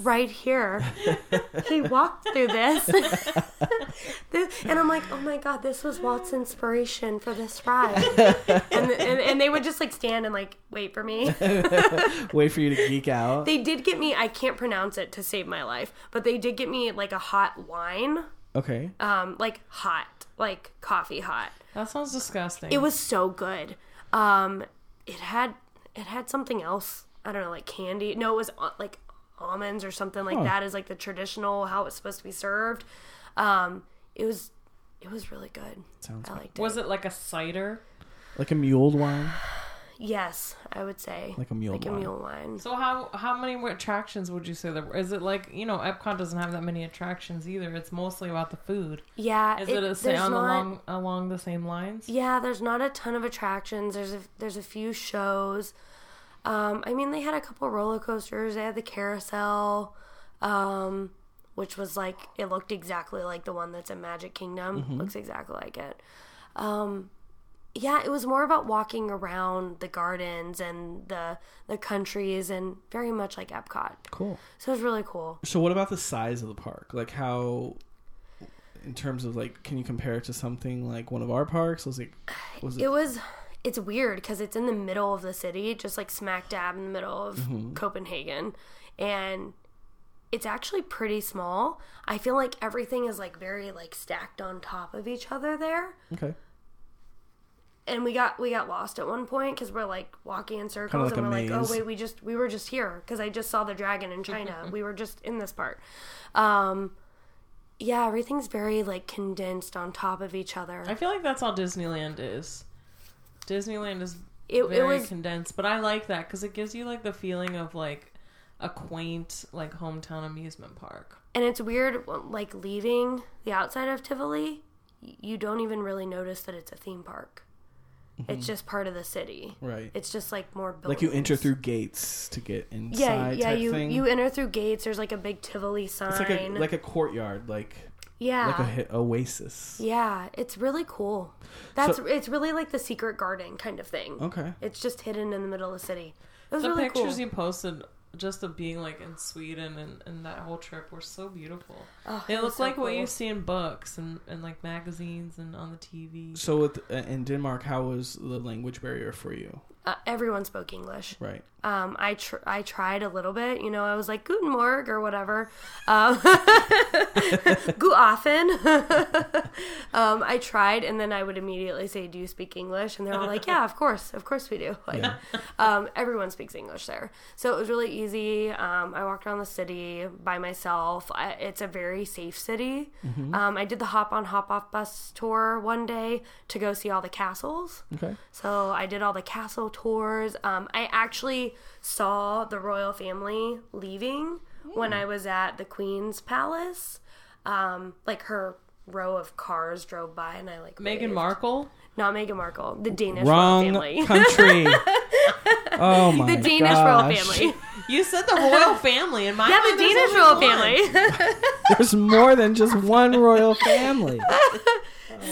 [SPEAKER 3] right here. He walked through this." This- and I'm like, "Oh my god, this was Walt's inspiration for this ride." and, and and they would just like stand and like wait for me.
[SPEAKER 1] Wait for you to geek out.
[SPEAKER 3] They did get me. I can't pronounce it to save my life, but they did get me like a hot wine,
[SPEAKER 1] okay.
[SPEAKER 3] um, like hot, like coffee hot.
[SPEAKER 2] That sounds disgusting.
[SPEAKER 3] It was so good. Um, it had it had something else. I don't know, like candy. No, it was uh, like almonds or something like that. Is like the traditional how it's supposed to be served. Um, it was it was really good.
[SPEAKER 1] Sounds
[SPEAKER 3] I
[SPEAKER 1] good.
[SPEAKER 3] liked it.
[SPEAKER 2] Was it like a cider?
[SPEAKER 1] like a mule wine.
[SPEAKER 3] Yes, I would say
[SPEAKER 1] Like a mule
[SPEAKER 3] like
[SPEAKER 1] wine.
[SPEAKER 3] a mule wine.
[SPEAKER 2] So how how many more attractions would you say there were? Is it like you know Epcot doesn't have that many attractions either. It's mostly about the food.
[SPEAKER 3] Yeah,
[SPEAKER 2] Is it, a
[SPEAKER 3] there's
[SPEAKER 2] sound
[SPEAKER 3] not-
[SPEAKER 2] along along the same lines?
[SPEAKER 3] Yeah, there's not a ton of attractions. There's a there's a few shows. Um, I mean, they had a couple roller coasters. They had the carousel, um, which was like it looked exactly like the one that's in Magic Kingdom. Looks exactly like it. Um, yeah, it was more about walking around the gardens and the the countries and very much like Epcot.
[SPEAKER 1] Cool.
[SPEAKER 3] So it was really cool.
[SPEAKER 1] So what about the size of the park? Like how in terms of like can you compare it to something like one of our parks? Was it was it,
[SPEAKER 3] It was. It's weird because it's in the middle of the city, just like smack dab in the middle of
[SPEAKER 1] Mm-hmm.
[SPEAKER 3] Copenhagen, and it's actually pretty small. I feel like everything is like very like stacked on top of each other there,
[SPEAKER 1] okay.
[SPEAKER 3] and we got we got lost at one point because we're like walking in circles,
[SPEAKER 1] like
[SPEAKER 3] and
[SPEAKER 1] a
[SPEAKER 3] we're like,
[SPEAKER 1] maze.
[SPEAKER 3] oh wait, we just we were just here because I just saw the dragon in China. we were just in this part. Um, yeah, everything's very like condensed on top of each other.
[SPEAKER 2] I feel like that's all Disneyland is. Disneyland is
[SPEAKER 3] It,
[SPEAKER 2] very
[SPEAKER 3] it was
[SPEAKER 2] condensed, but I like that because it gives you like the feeling of like a quaint like hometown amusement park.
[SPEAKER 3] And it's weird, like leaving the outside of Tivoli, y- you don't even really notice that it's a theme park. It's just part of the city.
[SPEAKER 1] Mm-hmm. Right.
[SPEAKER 3] It's just like more buildings.
[SPEAKER 1] like you enter through gates to get inside
[SPEAKER 3] Yeah, yeah.
[SPEAKER 1] type
[SPEAKER 3] You
[SPEAKER 1] thing.
[SPEAKER 3] you enter through gates. There's like a big Tivoli sign.
[SPEAKER 1] it's like a like a courtyard, like
[SPEAKER 3] yeah,
[SPEAKER 1] like a hi- oasis.
[SPEAKER 3] yeah. It's really cool. That's it's really like the secret garden kind of thing.
[SPEAKER 1] Okay.
[SPEAKER 3] It's just hidden in the middle of the city. It was
[SPEAKER 2] The
[SPEAKER 3] really
[SPEAKER 2] pictures
[SPEAKER 3] cool.
[SPEAKER 2] you posted just of being like in Sweden and, and that whole trip were so beautiful. they
[SPEAKER 3] Oh, it
[SPEAKER 2] look
[SPEAKER 3] was so
[SPEAKER 2] like what
[SPEAKER 3] cool.
[SPEAKER 2] you see in books and, and like magazines and on the TV.
[SPEAKER 1] So with uh, in Denmark, how was the language barrier for you?
[SPEAKER 3] uh, everyone spoke English.
[SPEAKER 1] Right.
[SPEAKER 3] um, I tr- I tried a little bit. You know, I was like Guten Morg or whatever. Um, Gu often. um, I tried, and then I would immediately say, "Do you speak English?" And they're all like, "Yeah, of course, of course we do." Like, um, everyone speaks English there, so it was really easy. Um, I walked around the city by myself. I, it's a very safe city. Um, I did the hop on hop off bus tour one day to go see all the castles.
[SPEAKER 1] Okay.
[SPEAKER 3] So I did all the castle tours. Um, I actually saw the royal family leaving when
[SPEAKER 2] Hmm.
[SPEAKER 3] I was at the Queen's Palace. Um, like her row of cars drove by, and I like
[SPEAKER 2] Meghan
[SPEAKER 3] waved.
[SPEAKER 2] Markle.
[SPEAKER 3] not Meghan Markle, the Danish
[SPEAKER 1] Wrong
[SPEAKER 3] royal family,
[SPEAKER 1] country. oh my
[SPEAKER 3] the Danish royal
[SPEAKER 1] Oh, gosh.
[SPEAKER 3] family,
[SPEAKER 2] You said the royal family in my
[SPEAKER 3] yeah, the
[SPEAKER 2] mind there's
[SPEAKER 3] Danish
[SPEAKER 2] only
[SPEAKER 3] royal
[SPEAKER 2] one.
[SPEAKER 3] family.
[SPEAKER 1] There's more than just one royal family.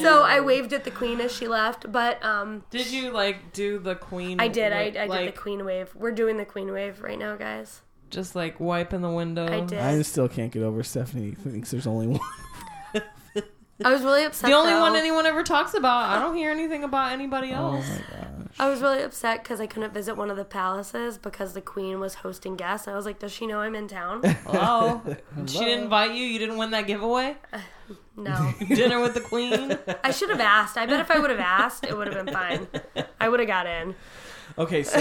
[SPEAKER 3] so I waved at the Queen as she left, but um,
[SPEAKER 2] Did you like do the queen?
[SPEAKER 3] I did, I, I
[SPEAKER 2] wi-
[SPEAKER 3] did
[SPEAKER 2] like,
[SPEAKER 3] the Queen wave. We're doing the Queen wave right now, guys.
[SPEAKER 2] Just like wiping the window.
[SPEAKER 3] I did.
[SPEAKER 1] I still can't get over Stephanie thinks there's only one.
[SPEAKER 3] I was really upset.
[SPEAKER 2] The only
[SPEAKER 3] though.
[SPEAKER 2] one anyone ever talks about. I don't hear anything about anybody
[SPEAKER 3] Oh
[SPEAKER 1] Oh.
[SPEAKER 2] else.
[SPEAKER 3] I was really upset because I couldn't visit one of the palaces because the queen was hosting guests. And I was like, does she know I'm in town?
[SPEAKER 2] Hello. she didn't invite you. You didn't win that giveaway.
[SPEAKER 3] No.
[SPEAKER 2] Dinner with the queen.
[SPEAKER 3] I should have asked. I bet if I would have asked, it would have been fine. I would have got in.
[SPEAKER 1] Okay, so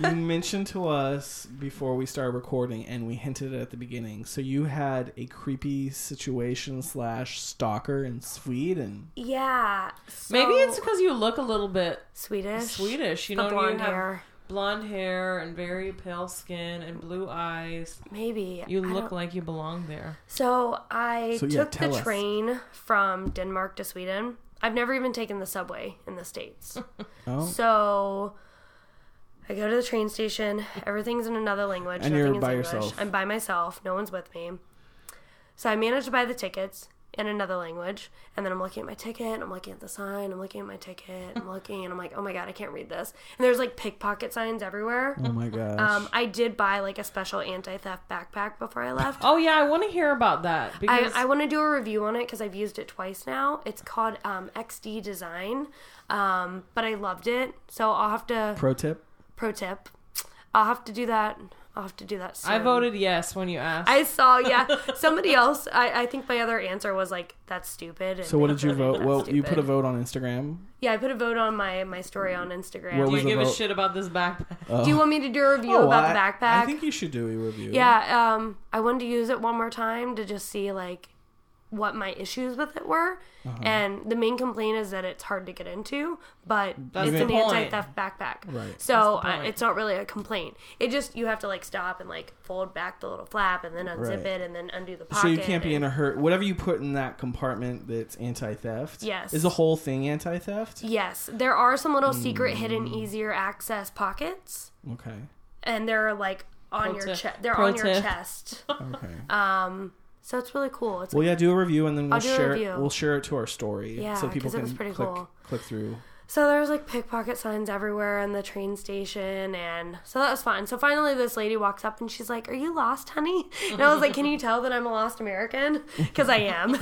[SPEAKER 1] you mentioned to us before we started recording, and we hinted at the beginning. So you had a creepy situation slash stalker in Sweden.
[SPEAKER 3] Yeah. so-
[SPEAKER 2] Maybe it's because you look a little bit
[SPEAKER 3] Swedish.
[SPEAKER 2] Swedish. You
[SPEAKER 3] The
[SPEAKER 2] know,
[SPEAKER 3] blonde
[SPEAKER 2] you have
[SPEAKER 3] hair.
[SPEAKER 2] blonde hair and very pale skin and blue eyes.
[SPEAKER 3] Maybe.
[SPEAKER 2] You
[SPEAKER 3] I
[SPEAKER 2] look
[SPEAKER 3] don't-
[SPEAKER 2] like you belong there.
[SPEAKER 3] So I
[SPEAKER 1] So, yeah,
[SPEAKER 3] took
[SPEAKER 1] tell
[SPEAKER 3] the
[SPEAKER 1] us.
[SPEAKER 3] train from Denmark to Sweden. I've never even taken the subway in the States.
[SPEAKER 1] Oh,
[SPEAKER 3] So I go to the train station. Everything's in another language.
[SPEAKER 1] And
[SPEAKER 3] nothing
[SPEAKER 1] you're
[SPEAKER 3] is
[SPEAKER 1] by
[SPEAKER 3] English.
[SPEAKER 1] yourself.
[SPEAKER 3] I'm by myself. No one's with me. So I managed to buy the tickets in another language. And then I'm looking at my ticket. and I'm looking at the sign. I'm looking at my ticket. I'm looking. And I'm like, oh my God, I can't read this. And there's like pickpocket signs everywhere.
[SPEAKER 1] oh my gosh!
[SPEAKER 3] Um, I did buy like a special anti theft backpack before I left.
[SPEAKER 2] Oh yeah, I want to hear about that
[SPEAKER 3] I,
[SPEAKER 2] because
[SPEAKER 3] I want to do a review on it because I've used it twice now. It's called um, XD Design, um, but I loved it. So I'll have to
[SPEAKER 1] Pro tip:
[SPEAKER 3] pro tip i'll have to do that I'll have to do that soon.
[SPEAKER 2] I voted yes when you asked.
[SPEAKER 3] I saw, yeah. Somebody else, I, I think my other answer was like, that's stupid. and
[SPEAKER 1] So what
[SPEAKER 3] they
[SPEAKER 1] did you
[SPEAKER 3] voted
[SPEAKER 1] vote?
[SPEAKER 3] that's
[SPEAKER 1] Well, you put a
[SPEAKER 3] stupid.
[SPEAKER 1] vote on Instagram.
[SPEAKER 3] Yeah, I put a vote on my, my story on Instagram.
[SPEAKER 1] What
[SPEAKER 2] Do
[SPEAKER 1] was
[SPEAKER 2] you
[SPEAKER 1] the
[SPEAKER 2] give a
[SPEAKER 1] vote?
[SPEAKER 2] shit about this backpack?
[SPEAKER 3] do you want me to do a review
[SPEAKER 1] Oh,
[SPEAKER 3] about
[SPEAKER 1] I-
[SPEAKER 3] the backpack?
[SPEAKER 1] I think you should do a review.
[SPEAKER 3] Yeah, um, I wanted to use it one more time to just see like what my issues with it were.
[SPEAKER 1] Uh-huh.
[SPEAKER 3] And the main complaint is that it's hard to get into, but
[SPEAKER 2] That's
[SPEAKER 3] it's
[SPEAKER 1] the
[SPEAKER 3] an
[SPEAKER 2] point.
[SPEAKER 3] anti-theft backpack.
[SPEAKER 1] Right.
[SPEAKER 3] So
[SPEAKER 2] That's the
[SPEAKER 3] I,
[SPEAKER 2] point.
[SPEAKER 3] it's not really a complaint. It just you have to like stop and like fold back the little flap and then unzip
[SPEAKER 1] Right.
[SPEAKER 3] it and then undo the pocket.
[SPEAKER 1] So you can't be in
[SPEAKER 3] and-
[SPEAKER 1] a hurt. Whatever you put in that compartment that's anti-theft.
[SPEAKER 3] Yes.
[SPEAKER 1] Is the whole thing anti-theft?
[SPEAKER 3] Yes, there are some little
[SPEAKER 1] Hmm.
[SPEAKER 3] secret hidden easier access pockets
[SPEAKER 1] Okay.
[SPEAKER 3] and they're like on
[SPEAKER 2] Pro
[SPEAKER 3] your
[SPEAKER 2] tip.
[SPEAKER 3] chest. They're
[SPEAKER 2] Pro
[SPEAKER 3] on your
[SPEAKER 2] tip.
[SPEAKER 3] chest.
[SPEAKER 1] Okay.
[SPEAKER 3] Um so it's really cool. It's
[SPEAKER 1] well, yeah. Do a review and then we'll
[SPEAKER 3] do a
[SPEAKER 1] share.
[SPEAKER 3] review.
[SPEAKER 1] We'll share it to our story.
[SPEAKER 3] Yeah,
[SPEAKER 1] So people
[SPEAKER 3] 'cause it
[SPEAKER 1] can
[SPEAKER 3] was pretty
[SPEAKER 1] click
[SPEAKER 3] cool.
[SPEAKER 1] click through.
[SPEAKER 3] So there was like pickpocket signs everywhere in the train station, and so that was fun. So finally, this lady walks up and she's like, "Are you lost, honey?" And I was like, "Can you tell that I'm a lost American? Because I am."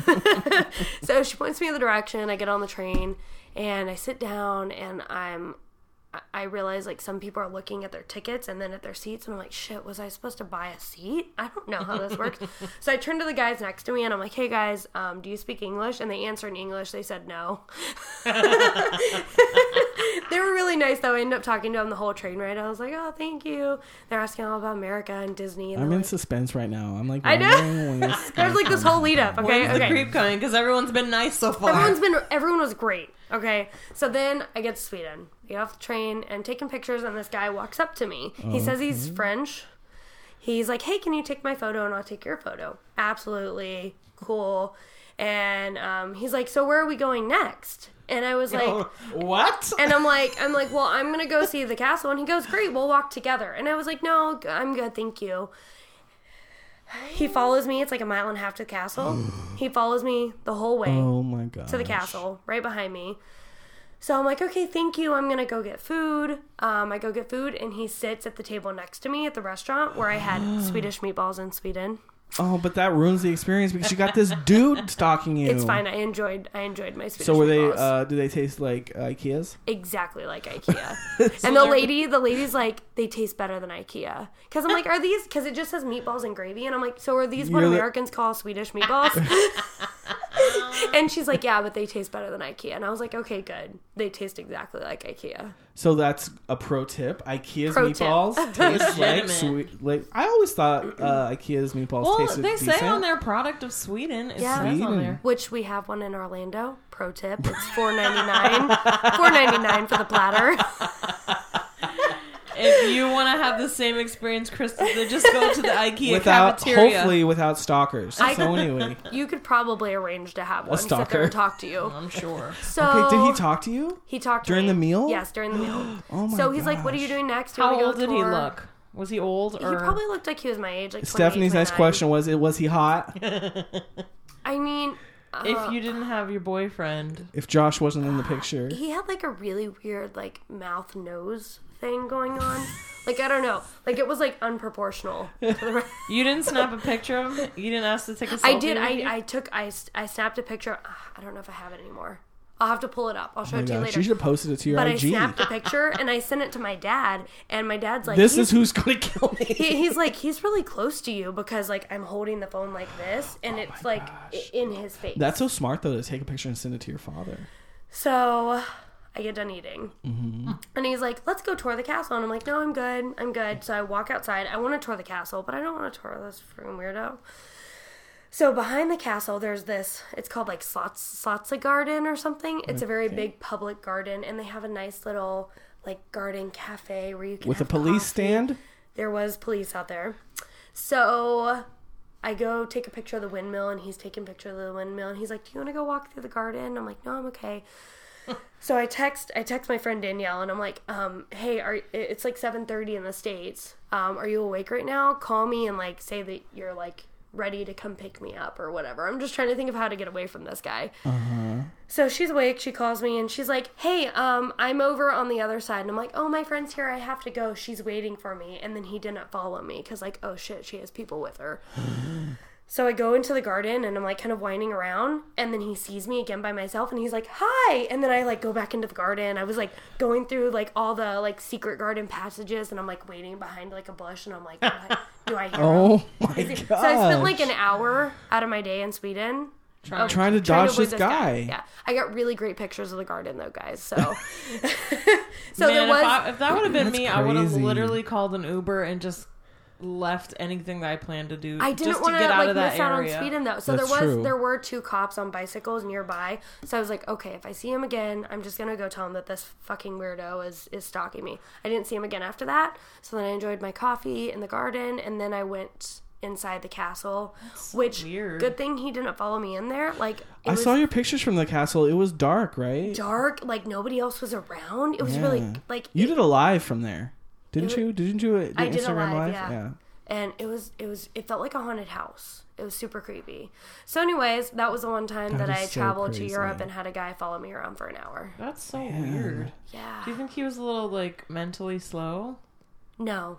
[SPEAKER 3] so she points me in the direction. I get on the train, and I sit down, and I'm. I- I realize like some people are looking at their tickets and then at their seats, and I'm like, "Shit, was I supposed to buy a seat? I don't know how this works." so I turn to the guys next to me, and I'm like, "Hey guys, um, do you speak English?" And they answer in English. They said no. They were really nice though. I ended up talking to them the whole train ride. I was like, oh, thank you. They're asking all about America and Disney. And
[SPEAKER 1] I'm
[SPEAKER 3] they're
[SPEAKER 1] in
[SPEAKER 3] like,
[SPEAKER 1] suspense right now. I'm like,
[SPEAKER 3] I know.
[SPEAKER 1] wondering when this is
[SPEAKER 3] there's
[SPEAKER 1] gonna
[SPEAKER 3] like this
[SPEAKER 1] come.
[SPEAKER 3] whole lead up. Okay,
[SPEAKER 2] When's the
[SPEAKER 3] okay.
[SPEAKER 2] creep coming? Because everyone's been nice so far.
[SPEAKER 3] Everyone's been. Everyone was great. Okay, so then I get to Sweden. I get off the train and taking pictures, and this guy walks up to me. He says he's French. He's like, "Hey, can you take my photo and I'll take your photo?" Absolutely cool. And um, he's like, "So where are we going next?" And I was like,
[SPEAKER 1] Oh. what?
[SPEAKER 3] And I'm like, I'm like, well, I'm gonna go see the castle. And he goes, great, we'll walk together. And I was like, no, g- I'm good, thank you. He follows me. It's like a mile and a half to the castle. he follows me the whole way
[SPEAKER 1] Oh my god.
[SPEAKER 3] to the castle, right behind me. So I'm like, okay, thank you. I'm gonna go get food. Um, I go get food, and he sits at the table next to me at the restaurant where I had Swedish meatballs in Sweden.
[SPEAKER 1] Oh, but that ruins the experience because you got this dude stalking you.
[SPEAKER 3] It's fine. I enjoyed. I enjoyed my Swedish.
[SPEAKER 1] So were they?
[SPEAKER 3] meatballs.
[SPEAKER 1] uh Do they taste like IKEA's?
[SPEAKER 3] exactly like IKEA. and the lady, the lady's like, they taste better than IKEA. Because I'm like, are these? Because it just says meatballs and gravy, and I'm like, so are these what
[SPEAKER 1] You're the-
[SPEAKER 3] Americans call Swedish meatballs? and she's like, yeah, but they taste better than IKEA. And I was like, okay, good. They taste exactly like IKEA.
[SPEAKER 1] So that's a pro tip. IKEA's
[SPEAKER 3] Pro tip.
[SPEAKER 1] meatballs taste like
[SPEAKER 2] Legitimate.
[SPEAKER 1] sweet. Like I always thought, uh, IKEA's meatballs
[SPEAKER 2] well,
[SPEAKER 1] tasted
[SPEAKER 2] they
[SPEAKER 1] decent.
[SPEAKER 2] say on their product of Sweden, it
[SPEAKER 3] Yeah.
[SPEAKER 2] says on
[SPEAKER 1] Sweden.
[SPEAKER 2] there.
[SPEAKER 3] Which we have one in Orlando. Pro tip: it's four ninety nine. Four ninety nine for the platter.
[SPEAKER 2] If you want to have the same experience, Kristen, then just go to the IKEA
[SPEAKER 1] without
[SPEAKER 2] cafeteria.
[SPEAKER 1] hopefully without stalkers.
[SPEAKER 3] I-
[SPEAKER 1] so anyway,
[SPEAKER 3] You could probably arrange to have one sit
[SPEAKER 1] stalker.
[SPEAKER 3] there and talk to you.
[SPEAKER 2] I'm sure.
[SPEAKER 3] So
[SPEAKER 1] okay, did he talk to you?
[SPEAKER 3] He talked to
[SPEAKER 1] During
[SPEAKER 3] me.
[SPEAKER 1] the meal?
[SPEAKER 3] Yes, during the meal.
[SPEAKER 1] Oh my
[SPEAKER 3] So he's like, "What are you
[SPEAKER 1] gosh.
[SPEAKER 3] doing next? Do you
[SPEAKER 2] How
[SPEAKER 3] wanna go
[SPEAKER 2] old did he
[SPEAKER 3] tour?"
[SPEAKER 2] look? Was he old or
[SPEAKER 3] He probably looked like he was my age, like 28,
[SPEAKER 1] Stephanie's next
[SPEAKER 3] 29.
[SPEAKER 1] question was: It was he hot?
[SPEAKER 3] I mean, uh,
[SPEAKER 2] if you didn't have your boyfriend?
[SPEAKER 1] if Josh wasn't in the picture,
[SPEAKER 3] he had like a really weird like mouth nose thing going on. Like I don't know, like it was like unproportional. to the rest.
[SPEAKER 2] You didn't snap a picture of him? You didn't ask to take a selfie?
[SPEAKER 3] I did.
[SPEAKER 2] with you?
[SPEAKER 3] I I took. I s- I snapped a picture. Ah, I don't know if I have it anymore. I'll have to pull it up. I'll show
[SPEAKER 1] Oh my
[SPEAKER 3] it to you
[SPEAKER 1] gosh,
[SPEAKER 3] later.
[SPEAKER 1] you should have posted it to your
[SPEAKER 3] but I
[SPEAKER 1] IG.
[SPEAKER 3] snapped a picture and I sent it to my dad, and my dad's like,
[SPEAKER 1] this
[SPEAKER 3] "You
[SPEAKER 1] is who's gonna kill me.
[SPEAKER 3] he, he's like he's really close to you because like I'm holding the phone like this and it's like i- in his face.
[SPEAKER 1] Oh That's so smart though to take a picture and send it to your father.
[SPEAKER 3] so I get done eating,
[SPEAKER 1] Mm-hmm.
[SPEAKER 3] and he's like, "Let's go tour the castle." And I'm like, "No, I'm good. I'm good." So I walk outside. I want to tour the castle, but I don't want to tour this freaking weirdo. So behind the castle, there's this. It's called like Slots Slotsa Garden or something. It's a very big public garden, and they have a nice little like garden cafe where you can
[SPEAKER 1] With a
[SPEAKER 3] have
[SPEAKER 1] police
[SPEAKER 3] coffee.
[SPEAKER 1] stand.
[SPEAKER 3] there was police out there. So I go take a picture of the windmill, and he's taking a picture of the windmill, and he's like, "Do you want to go walk through the garden?" I'm like, "No, I'm okay." so I text I text my friend Danielle, and I'm like, um, "Hey, are it's like 7:30 in the states. Um, are you awake right now? Call me and like say that you're like." Ready to come pick me up or whatever. I'm just trying to think of how to get away from this guy. So she's awake. She calls me and she's like, "Hey, um, I'm over on the other side." And I'm like, "Oh, my friend's here. I have to go. She's waiting for me." And then he didn't follow me because, like, oh shit, she has people with her. So I go into the garden and I'm like kind of winding around, and then he sees me again by myself, and he's like, "Hi!" And then I like go back into the garden. I was like going through like all the like secret garden passages, and I'm like waiting behind like a bush, and I'm like, "Do I- "Do I hear?" him?"
[SPEAKER 1] Oh my god!
[SPEAKER 3] So I spent like an hour out of my day in Sweden.
[SPEAKER 2] Trying-
[SPEAKER 1] Trying to
[SPEAKER 3] trying
[SPEAKER 1] dodge
[SPEAKER 3] avoid
[SPEAKER 1] this guy.
[SPEAKER 3] Yeah, I got really great pictures of the garden though, guys. So, so
[SPEAKER 2] Man,
[SPEAKER 3] there was
[SPEAKER 2] if, I, if that would have been
[SPEAKER 1] That's
[SPEAKER 2] me, I would have
[SPEAKER 1] crazy.
[SPEAKER 2] literally called an Uber and just left anything that I planned to do.
[SPEAKER 3] I didn't
[SPEAKER 2] just to
[SPEAKER 3] want to
[SPEAKER 2] get out
[SPEAKER 3] like
[SPEAKER 2] of that
[SPEAKER 3] miss out on
[SPEAKER 2] area.
[SPEAKER 3] Sweden though. So
[SPEAKER 1] That's
[SPEAKER 3] there was
[SPEAKER 1] true.
[SPEAKER 3] there were two cops on bicycles nearby. So I was like, okay, if I see him again, I'm just gonna go tell him that this fucking weirdo is is stalking me. I didn't see him again after that. So then I enjoyed my coffee in the garden, and then I went inside the castle. which
[SPEAKER 2] weird.
[SPEAKER 3] good thing he didn't follow me in there. Like it
[SPEAKER 1] I
[SPEAKER 3] was
[SPEAKER 1] saw your pictures from the castle. It was dark, right?
[SPEAKER 3] dark. Like nobody else was around. It was
[SPEAKER 1] Yeah.
[SPEAKER 3] really like
[SPEAKER 1] You did a live from there, didn't you? Didn't you? Do
[SPEAKER 3] I did a
[SPEAKER 1] Instagram
[SPEAKER 3] live,
[SPEAKER 1] live?
[SPEAKER 3] yeah. and it was it was it felt like a haunted house it was super creepy so anyways that was the one time that,
[SPEAKER 1] That
[SPEAKER 3] i
[SPEAKER 1] is so
[SPEAKER 3] traveled to
[SPEAKER 1] crazy.
[SPEAKER 3] europe and had a guy follow me around for an hour
[SPEAKER 2] That's so weird.
[SPEAKER 3] yeah
[SPEAKER 2] Do you think he was a little like mentally slow?
[SPEAKER 3] no Oh,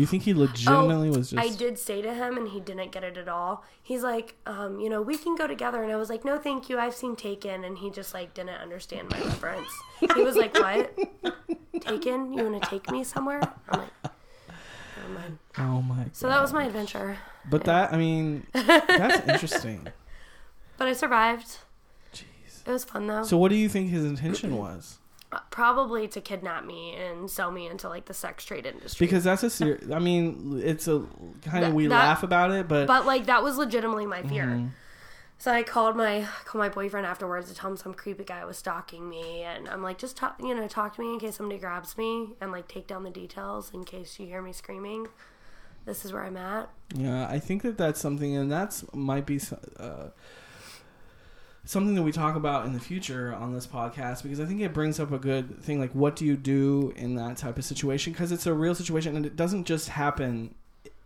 [SPEAKER 1] You think he legitimately was just?
[SPEAKER 3] i did say to him and he didn't get it at all he's like um, you know we can go together and i was like no thank you i've seen taken and he just like didn't understand my reference he was like what taken you want to take me somewhere i'm like never mind
[SPEAKER 1] Oh my!
[SPEAKER 3] so that was my adventure
[SPEAKER 1] But that, I mean, that's interesting.
[SPEAKER 3] but i survived
[SPEAKER 1] Jeez.
[SPEAKER 3] it was fun though
[SPEAKER 1] So, what do you think his intention was?
[SPEAKER 3] probably to kidnap me and sell me into like the sex trade industry.
[SPEAKER 1] Because that's a serious. I mean, it's a kind of
[SPEAKER 3] That-
[SPEAKER 1] we
[SPEAKER 3] that-
[SPEAKER 1] laugh about it, but,
[SPEAKER 3] but like that was legitimately my fear.
[SPEAKER 1] Mm-hmm.
[SPEAKER 3] So I called my called my boyfriend afterwards to tell him some creepy guy was stalking me, and I'm like, just talk, you know, talk to me in case somebody grabs me, and like take down the details in case you hear me screaming. This is where I'm at.
[SPEAKER 1] yeah, I think that that's something, and that's might be. so- Uh, Something that we talk about in the future on this podcast because I think it brings up a good thing like what do you do in that type of situation because it's a real situation and it doesn't just happen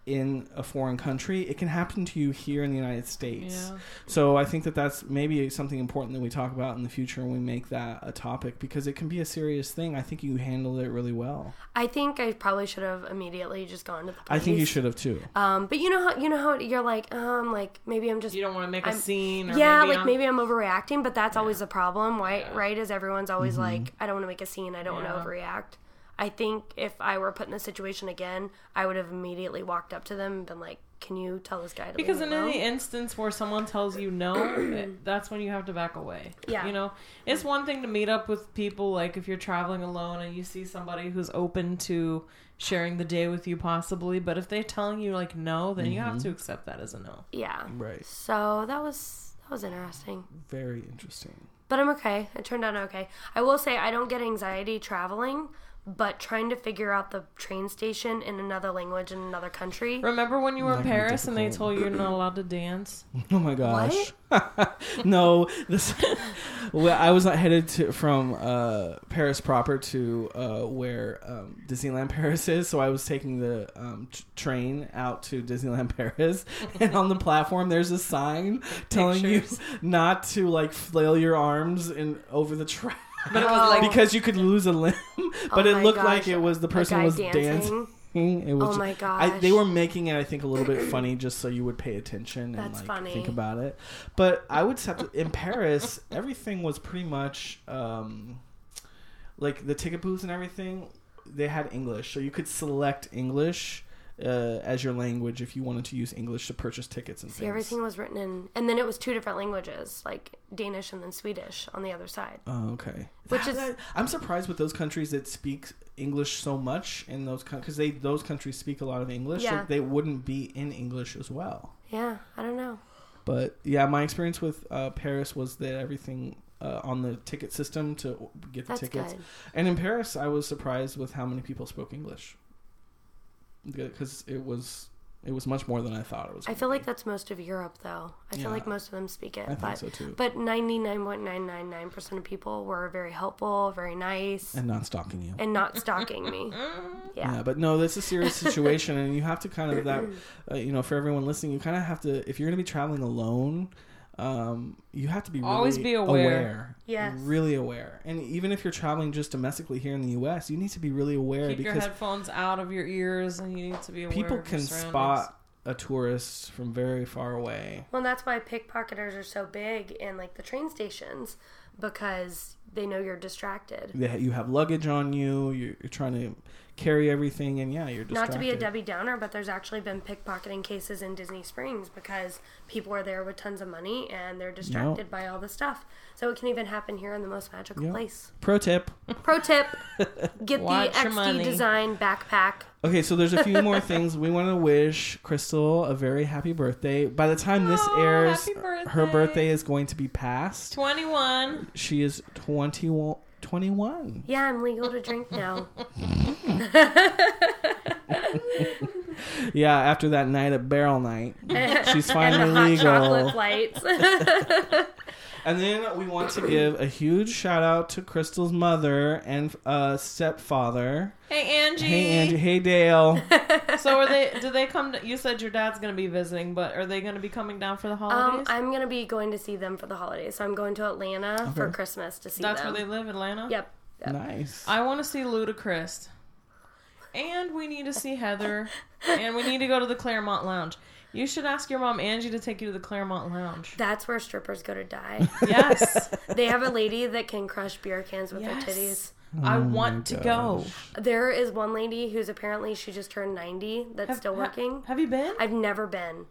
[SPEAKER 1] in a foreign country it can happen to you here in the United States.
[SPEAKER 2] Yeah.
[SPEAKER 1] So I think that that's maybe something important that we talk about in the future and we make that a topic because it can be a serious thing. I think you handled it really well.
[SPEAKER 3] I think I probably should have immediately just gone to the
[SPEAKER 1] I
[SPEAKER 3] police.
[SPEAKER 1] think you should have too.
[SPEAKER 3] Um, but you know how you know how you're like, um, like maybe I'm just
[SPEAKER 2] You don't want to make a
[SPEAKER 3] I'm-
[SPEAKER 2] scene. Or
[SPEAKER 3] yeah,
[SPEAKER 2] maybe
[SPEAKER 3] like
[SPEAKER 2] I'm-
[SPEAKER 3] maybe I'm overreacting, but that's always the problem, right?
[SPEAKER 2] Yeah.
[SPEAKER 3] Right? Is everyone's always
[SPEAKER 1] Mm-hmm.
[SPEAKER 3] like, I don't want to make a scene, I don't
[SPEAKER 2] Yeah.
[SPEAKER 3] want to overreact. I think if I were put in this situation again, I would have immediately walked up to them and been like, "Can you tell this guy to
[SPEAKER 2] Because
[SPEAKER 3] leave
[SPEAKER 2] in
[SPEAKER 3] me alone?"
[SPEAKER 2] any instance where someone tells you no, that's when you have to back away.
[SPEAKER 3] Yeah.
[SPEAKER 2] You know, it's one thing to meet up with people, like if you're traveling alone and you see somebody who's open to sharing the day with you, possibly. But if they're telling you, like, no, then you have to accept that as a no.
[SPEAKER 3] yeah."
[SPEAKER 1] Right.
[SPEAKER 3] So that was that was interesting,
[SPEAKER 1] Very interesting.
[SPEAKER 3] but I'm okay. It turned out okay. I will say I don't get anxiety traveling, but trying to figure out the train station in another language in another country.
[SPEAKER 2] Remember when you were in
[SPEAKER 1] Not gonna be
[SPEAKER 2] Paris and they
[SPEAKER 1] difficult.
[SPEAKER 2] told you you're not allowed to dance?
[SPEAKER 1] Oh my gosh. no, this. well, I was headed to, from uh, Paris proper to uh, where um, Disneyland Paris is, so I was taking the um, t- train out to Disneyland Paris, and on the platform there's a sign telling
[SPEAKER 2] Pictures.
[SPEAKER 1] you not to like flail your arms in over the track.
[SPEAKER 2] But it
[SPEAKER 3] Oh.
[SPEAKER 2] was like
[SPEAKER 1] because you could lose a limb, but
[SPEAKER 3] Oh
[SPEAKER 1] it
[SPEAKER 3] my
[SPEAKER 1] looked
[SPEAKER 3] gosh,
[SPEAKER 1] like it was the
[SPEAKER 3] a
[SPEAKER 1] person
[SPEAKER 3] guy
[SPEAKER 1] was dancing. It was
[SPEAKER 3] Oh my
[SPEAKER 1] I, they
[SPEAKER 3] gosh.
[SPEAKER 1] were making it, I think, a little bit funny just so you would pay attention and
[SPEAKER 3] That's
[SPEAKER 1] like
[SPEAKER 3] funny.
[SPEAKER 1] think about it. But I would have to, in Paris, everything was pretty much um, like the ticket booths and everything. They had English, so you could select English uh, as your language if you wanted to use English to purchase tickets and
[SPEAKER 3] See,
[SPEAKER 1] things.
[SPEAKER 3] everything was written in, and then it was two different languages, like Danish and then Swedish on the other side.
[SPEAKER 1] Oh, okay.
[SPEAKER 3] Which
[SPEAKER 1] That-
[SPEAKER 3] is-
[SPEAKER 1] that- I'm surprised with those countries that speak English so much in those because they those countries speak a lot of English.
[SPEAKER 3] Yeah.
[SPEAKER 1] Like they wouldn't be in English as well.
[SPEAKER 3] Yeah, I don't know.
[SPEAKER 1] But yeah, my experience with uh, Paris was that everything uh, on the ticket system to get the
[SPEAKER 3] That's
[SPEAKER 1] tickets,
[SPEAKER 3] good.
[SPEAKER 1] and in Paris, I was surprised with how many people spoke English because it was it was much more than I thought it was.
[SPEAKER 3] I
[SPEAKER 1] gonna
[SPEAKER 3] feel
[SPEAKER 1] be.
[SPEAKER 3] like that's most of Europe, though. I
[SPEAKER 1] Yeah.
[SPEAKER 3] feel like most of them speak it,
[SPEAKER 1] I think
[SPEAKER 3] but
[SPEAKER 1] so too.
[SPEAKER 3] but ninety nine point nine nine nine percent of people were very helpful, very nice, and,
[SPEAKER 1] and not stalking you.
[SPEAKER 3] not stalking me.
[SPEAKER 2] Mm,
[SPEAKER 1] Yeah.
[SPEAKER 3] Yeah,
[SPEAKER 1] but no, that's a serious situation, and you have to kind of that, uh, you know, for everyone listening, you kind of have to if you're going to be traveling alone, um, you have to be really
[SPEAKER 2] Always be aware.
[SPEAKER 3] Yes.
[SPEAKER 1] really aware, and even if you're traveling just domestically here in the U.S., you need to be really aware
[SPEAKER 2] keep your
[SPEAKER 1] because
[SPEAKER 2] headphones out of your ears and you need to be aware
[SPEAKER 1] people
[SPEAKER 2] of your
[SPEAKER 1] can
[SPEAKER 2] surroundings.
[SPEAKER 1] spot a tourist from very far away.
[SPEAKER 3] Well, that's why pickpocketers are so big in like the train stations because they know you're distracted.
[SPEAKER 1] They ha- You have luggage on you. You're, you're trying to carry everything, and yeah, you're distracted.
[SPEAKER 3] Not to be a Debbie Downer, but there's actually been pickpocketing cases in Disney Springs because people are there with tons of money and they're distracted by all the stuff. So it can even happen here in the most magical
[SPEAKER 1] Yeah.
[SPEAKER 3] place.
[SPEAKER 1] Pro tip.
[SPEAKER 3] Pro tip get
[SPEAKER 2] Watch
[SPEAKER 3] the
[SPEAKER 2] your
[SPEAKER 3] XD
[SPEAKER 2] money.
[SPEAKER 3] design backpack.
[SPEAKER 1] Okay, so there's a few more things we want to wish Crystal a very happy birthday. By the time this
[SPEAKER 2] Aw,
[SPEAKER 1] airs,
[SPEAKER 2] happy birthday.
[SPEAKER 1] her birthday is going to be past.
[SPEAKER 2] 21.
[SPEAKER 1] She is 20, 21.
[SPEAKER 3] Yeah, I'm legal to drink now.
[SPEAKER 1] Yeah, after that night at Barrel Night, she's finally
[SPEAKER 3] and the hot
[SPEAKER 1] legal.
[SPEAKER 3] chocolate flights.
[SPEAKER 1] And then we want to give a huge shout out to Crystal's mother and uh, stepfather.
[SPEAKER 2] Hey Angie.
[SPEAKER 1] Hey, Angie. Hey, Dale.
[SPEAKER 2] So are they? Do they come? To, you said your dad's gonna be visiting, but are they gonna be coming down for the
[SPEAKER 3] um,
[SPEAKER 2] holidays?
[SPEAKER 3] I'm going to be going to see them for the holidays. So I'm going to Atlanta for
[SPEAKER 1] Okay.
[SPEAKER 3] Christmas to see
[SPEAKER 2] That's
[SPEAKER 3] them.
[SPEAKER 2] where they live, Atlanta.
[SPEAKER 3] Yep. yep.
[SPEAKER 1] nice.
[SPEAKER 2] I want to see Ludacris, and we need to see Heather, and we need to go to the Claremont Lounge. You should ask your mom Angie to take you to the Claremont Lounge.
[SPEAKER 3] That's where strippers go to die.
[SPEAKER 2] Yes,
[SPEAKER 3] they have a lady that can crush beer cans with her titties.
[SPEAKER 2] yes. I want to go.
[SPEAKER 3] There is one lady who's apparently she just turned 90 that's still
[SPEAKER 2] Ha-
[SPEAKER 3] working.
[SPEAKER 2] Have you been?
[SPEAKER 3] I've never been.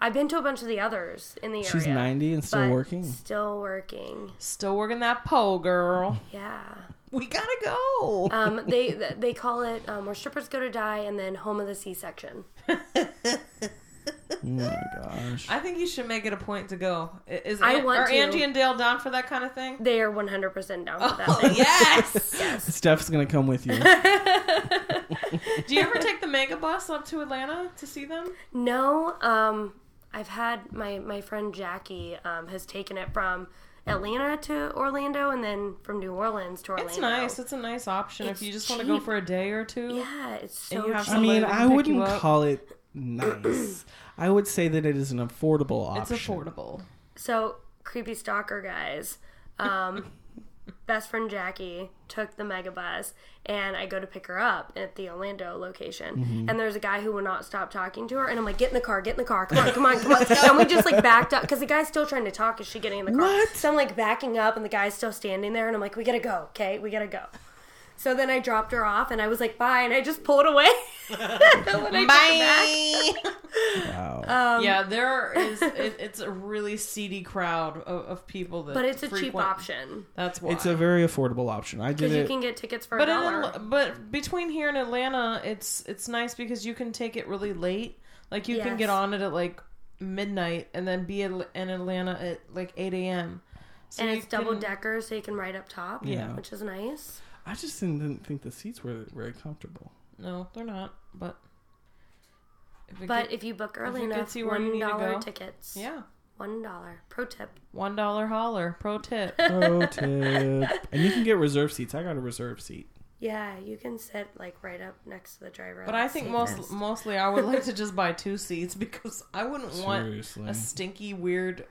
[SPEAKER 3] I've been to a bunch of the others in the
[SPEAKER 1] She's
[SPEAKER 3] area.
[SPEAKER 1] 90 and still
[SPEAKER 3] but
[SPEAKER 1] working.
[SPEAKER 3] Still working.
[SPEAKER 2] Still working that pole, girl.
[SPEAKER 3] Yeah.
[SPEAKER 2] We gotta go.
[SPEAKER 3] Um, they they call it um, where strippers go to die and then home of the C section.
[SPEAKER 1] Oh my gosh.
[SPEAKER 2] I think you should make it a point to go. I- Is
[SPEAKER 3] I
[SPEAKER 2] An-
[SPEAKER 3] want
[SPEAKER 2] are
[SPEAKER 3] to.
[SPEAKER 2] Angie and Dale down for that kind of thing?
[SPEAKER 3] They are 100% down for that.
[SPEAKER 2] Oh, yes.
[SPEAKER 1] Steph's going to come with you.
[SPEAKER 2] Do you ever take the mega bus up to Atlanta to see them?
[SPEAKER 3] No, um, I've had my my friend Jackie um, has taken it from Atlanta to Orlando and then from New Orleans to Orlando.
[SPEAKER 2] It's nice. It's a nice option
[SPEAKER 3] It's
[SPEAKER 2] if you just want to go
[SPEAKER 3] cheap.
[SPEAKER 2] for a day or two.
[SPEAKER 3] Yeah, it's
[SPEAKER 2] And
[SPEAKER 3] so
[SPEAKER 2] you have
[SPEAKER 3] cheap.
[SPEAKER 1] I
[SPEAKER 2] somebody
[SPEAKER 1] mean,
[SPEAKER 2] that can
[SPEAKER 1] I
[SPEAKER 2] pick you
[SPEAKER 1] wouldn't
[SPEAKER 2] up.
[SPEAKER 1] call it nice. I would say that it is an affordable
[SPEAKER 2] It's
[SPEAKER 1] option.
[SPEAKER 2] affordable.
[SPEAKER 3] So creepy stalker guys. Um, best friend Jackie took the megabus, and I go to pick her up at the Orlando location.
[SPEAKER 1] Mm-hmm.
[SPEAKER 3] And there's a guy who will not stop talking to her, and I'm like, "Get in the car, get in the car, come on, come on, come on." and we just like backed up because the guy's still trying to talk. Is she getting in the car?
[SPEAKER 1] What?
[SPEAKER 3] So I'm like backing up, and the guy's still standing there, and I'm like, "We gotta go, okay? We gotta go." So then I dropped her off, and I was like, "Bye," and I just pulled away. When I-
[SPEAKER 2] Bye. Um,
[SPEAKER 1] Wow.
[SPEAKER 2] yeah, there is. It, it's a really seedy crowd of, of people that.
[SPEAKER 3] but it's a cheap
[SPEAKER 2] frequent-
[SPEAKER 3] option
[SPEAKER 2] That's why.
[SPEAKER 1] it's a very affordable option. I did
[SPEAKER 3] because you
[SPEAKER 1] it.
[SPEAKER 3] can get tickets for a
[SPEAKER 2] but in,
[SPEAKER 3] dollar.
[SPEAKER 2] Atl- but between here and Atlanta, it's it's nice because you can take it really late. Like you can
[SPEAKER 3] Yes.
[SPEAKER 2] get on it at like midnight and then be in in Atlanta at like eight a.m. So
[SPEAKER 3] and
[SPEAKER 2] you
[SPEAKER 3] it's double
[SPEAKER 2] can-
[SPEAKER 3] decker, so you can ride up top.
[SPEAKER 1] Yeah.
[SPEAKER 3] which is nice.
[SPEAKER 1] I just didn't, didn't think the seats were very comfortable.
[SPEAKER 2] No, they're not. But if it
[SPEAKER 3] But
[SPEAKER 2] get-
[SPEAKER 3] if you book early
[SPEAKER 2] it
[SPEAKER 3] enough,
[SPEAKER 2] gets you where you
[SPEAKER 3] one
[SPEAKER 2] need to
[SPEAKER 3] dollar
[SPEAKER 2] go.
[SPEAKER 3] tickets.
[SPEAKER 2] yeah,
[SPEAKER 3] one dollar. Pro tip.
[SPEAKER 2] one dollar holler. Pro tip.
[SPEAKER 1] Pro tip. And you can get reserve seats. I got a reserve seat.
[SPEAKER 3] Yeah, you can sit like right up next to the driver.
[SPEAKER 2] But I think most mostly I would like to just buy two seats because I wouldn't
[SPEAKER 1] Seriously.
[SPEAKER 2] want a stinky weird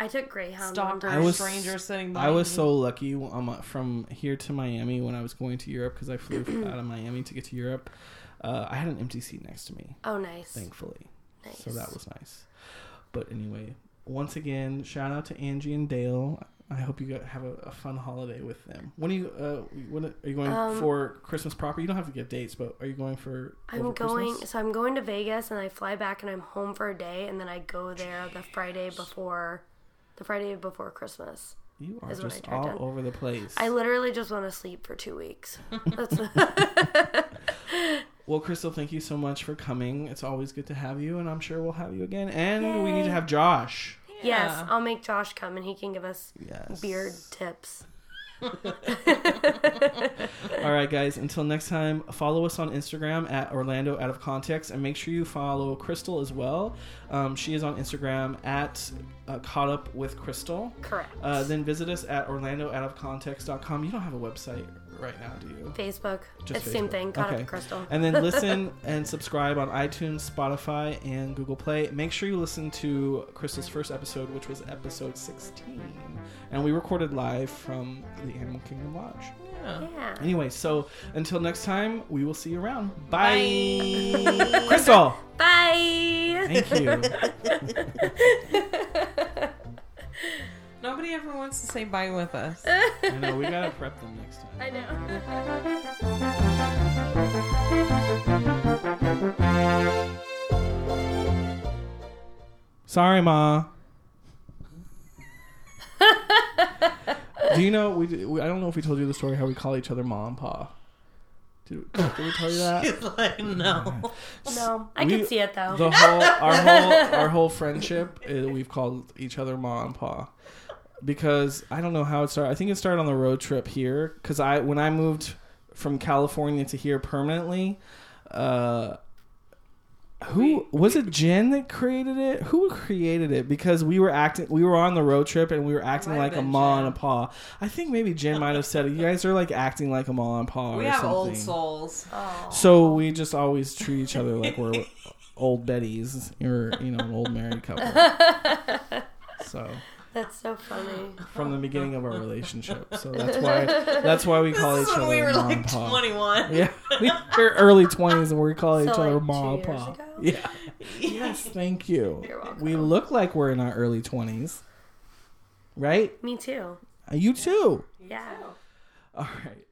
[SPEAKER 3] I took Greyhound. one
[SPEAKER 2] stalker
[SPEAKER 1] I
[SPEAKER 3] time.
[SPEAKER 1] was-
[SPEAKER 2] stranger sitting. by
[SPEAKER 1] I was
[SPEAKER 2] me.
[SPEAKER 1] so lucky um, from here to Miami when I was going to Europe because I flew out of Miami to get to Europe. Uh, I had an empty seat next to me,
[SPEAKER 3] Oh, nice.
[SPEAKER 1] thankfully.
[SPEAKER 3] nice.
[SPEAKER 1] So that was nice. But anyway, once again, shout out to Angie and Dale. I hope you got, have a, a fun holiday with them. When are you? Uh, when are you going
[SPEAKER 3] Um,
[SPEAKER 1] for Christmas proper? You don't have to give dates, but are you going for? over
[SPEAKER 3] I'm going.
[SPEAKER 1] Christmas?
[SPEAKER 3] So I'm going to Vegas, and I fly back, and I'm home for a day, and then I go there the Friday before, the Friday before Christmas.
[SPEAKER 1] You are
[SPEAKER 3] is when I
[SPEAKER 1] just
[SPEAKER 3] turned
[SPEAKER 1] all
[SPEAKER 3] down.
[SPEAKER 1] over the place.
[SPEAKER 3] I literally just want to sleep for two weeks. That's
[SPEAKER 1] well, Crystal, thank you so much for coming. It's always good to have you, and I'm sure we'll have you again. And we need to have Josh.
[SPEAKER 3] yes.
[SPEAKER 2] Yeah.
[SPEAKER 3] I'll make Josh come, and he can give us
[SPEAKER 1] Yes.
[SPEAKER 3] beard tips.
[SPEAKER 1] All right, guys. Until next time, follow us on Instagram at Orlando Out of Context, and make sure you follow Crystal as well. Um, she is on Instagram at uh, Caught Up with Crystal.
[SPEAKER 3] Correct.
[SPEAKER 1] Uh, then visit us at orlandooutofcontext.com. You don't have a website right now, do you?
[SPEAKER 3] Facebook.
[SPEAKER 1] Just
[SPEAKER 3] it's the same
[SPEAKER 1] Facebook.
[SPEAKER 3] thing. Caught up
[SPEAKER 1] Okay.
[SPEAKER 3] with Crystal.
[SPEAKER 1] And then listen and subscribe on iTunes, Spotify, and Google Play. Make sure you listen to Crystal's first episode, which was episode 16. And we recorded live from the Animal Kingdom Lodge.
[SPEAKER 2] Yeah.
[SPEAKER 3] yeah.
[SPEAKER 1] Anyway, so until next time, we will see you around. Bye.
[SPEAKER 2] Bye.
[SPEAKER 1] Crystal!
[SPEAKER 3] Bye.
[SPEAKER 1] Thank you.
[SPEAKER 2] Nobody ever wants to say bye with us.
[SPEAKER 1] I know we gotta prep them next time.
[SPEAKER 3] I know.
[SPEAKER 1] Sorry, ma. Do you know we, we? I don't know if we told you the story how we call each other ma and pa. Did, did we tell you that?
[SPEAKER 2] She's like, no.
[SPEAKER 3] No, I
[SPEAKER 1] We-
[SPEAKER 3] can see it though.
[SPEAKER 1] The whole our whole our whole friendship uh, we've called each other ma and pa because I don't know how it started. I think it started on the road trip here because I when I moved from California to here permanently. Uh, who was it? Jen that created it. Who created it? Because we were acting, we were on the road trip and we were acting
[SPEAKER 2] Might
[SPEAKER 1] like
[SPEAKER 2] have
[SPEAKER 1] a
[SPEAKER 2] been
[SPEAKER 1] ma
[SPEAKER 2] Jen.
[SPEAKER 1] and a pa. I think maybe Jen might have said, "You guys are like acting like a ma and pa."
[SPEAKER 2] We
[SPEAKER 1] or
[SPEAKER 2] have
[SPEAKER 1] something.
[SPEAKER 2] old souls.
[SPEAKER 3] Oh.
[SPEAKER 1] So we just always treat each other like we're old Bettys or you know an old married couple. So
[SPEAKER 3] That's so funny.
[SPEAKER 1] from the beginning of our relationship, so that's why that's why we call each
[SPEAKER 2] this is
[SPEAKER 1] other
[SPEAKER 2] when we were
[SPEAKER 1] mom
[SPEAKER 2] like
[SPEAKER 1] and pa.
[SPEAKER 2] 21.
[SPEAKER 1] Yeah, we were early twenties and we call
[SPEAKER 3] So,
[SPEAKER 1] each other
[SPEAKER 3] like,
[SPEAKER 1] mom and
[SPEAKER 3] two years
[SPEAKER 1] pa.
[SPEAKER 3] ago?
[SPEAKER 1] Yeah. Yes, thank you.
[SPEAKER 3] You're welcome.
[SPEAKER 1] We look like we're in our early twenties, right?
[SPEAKER 3] Me too.
[SPEAKER 1] You too.
[SPEAKER 3] Yeah.
[SPEAKER 1] All right.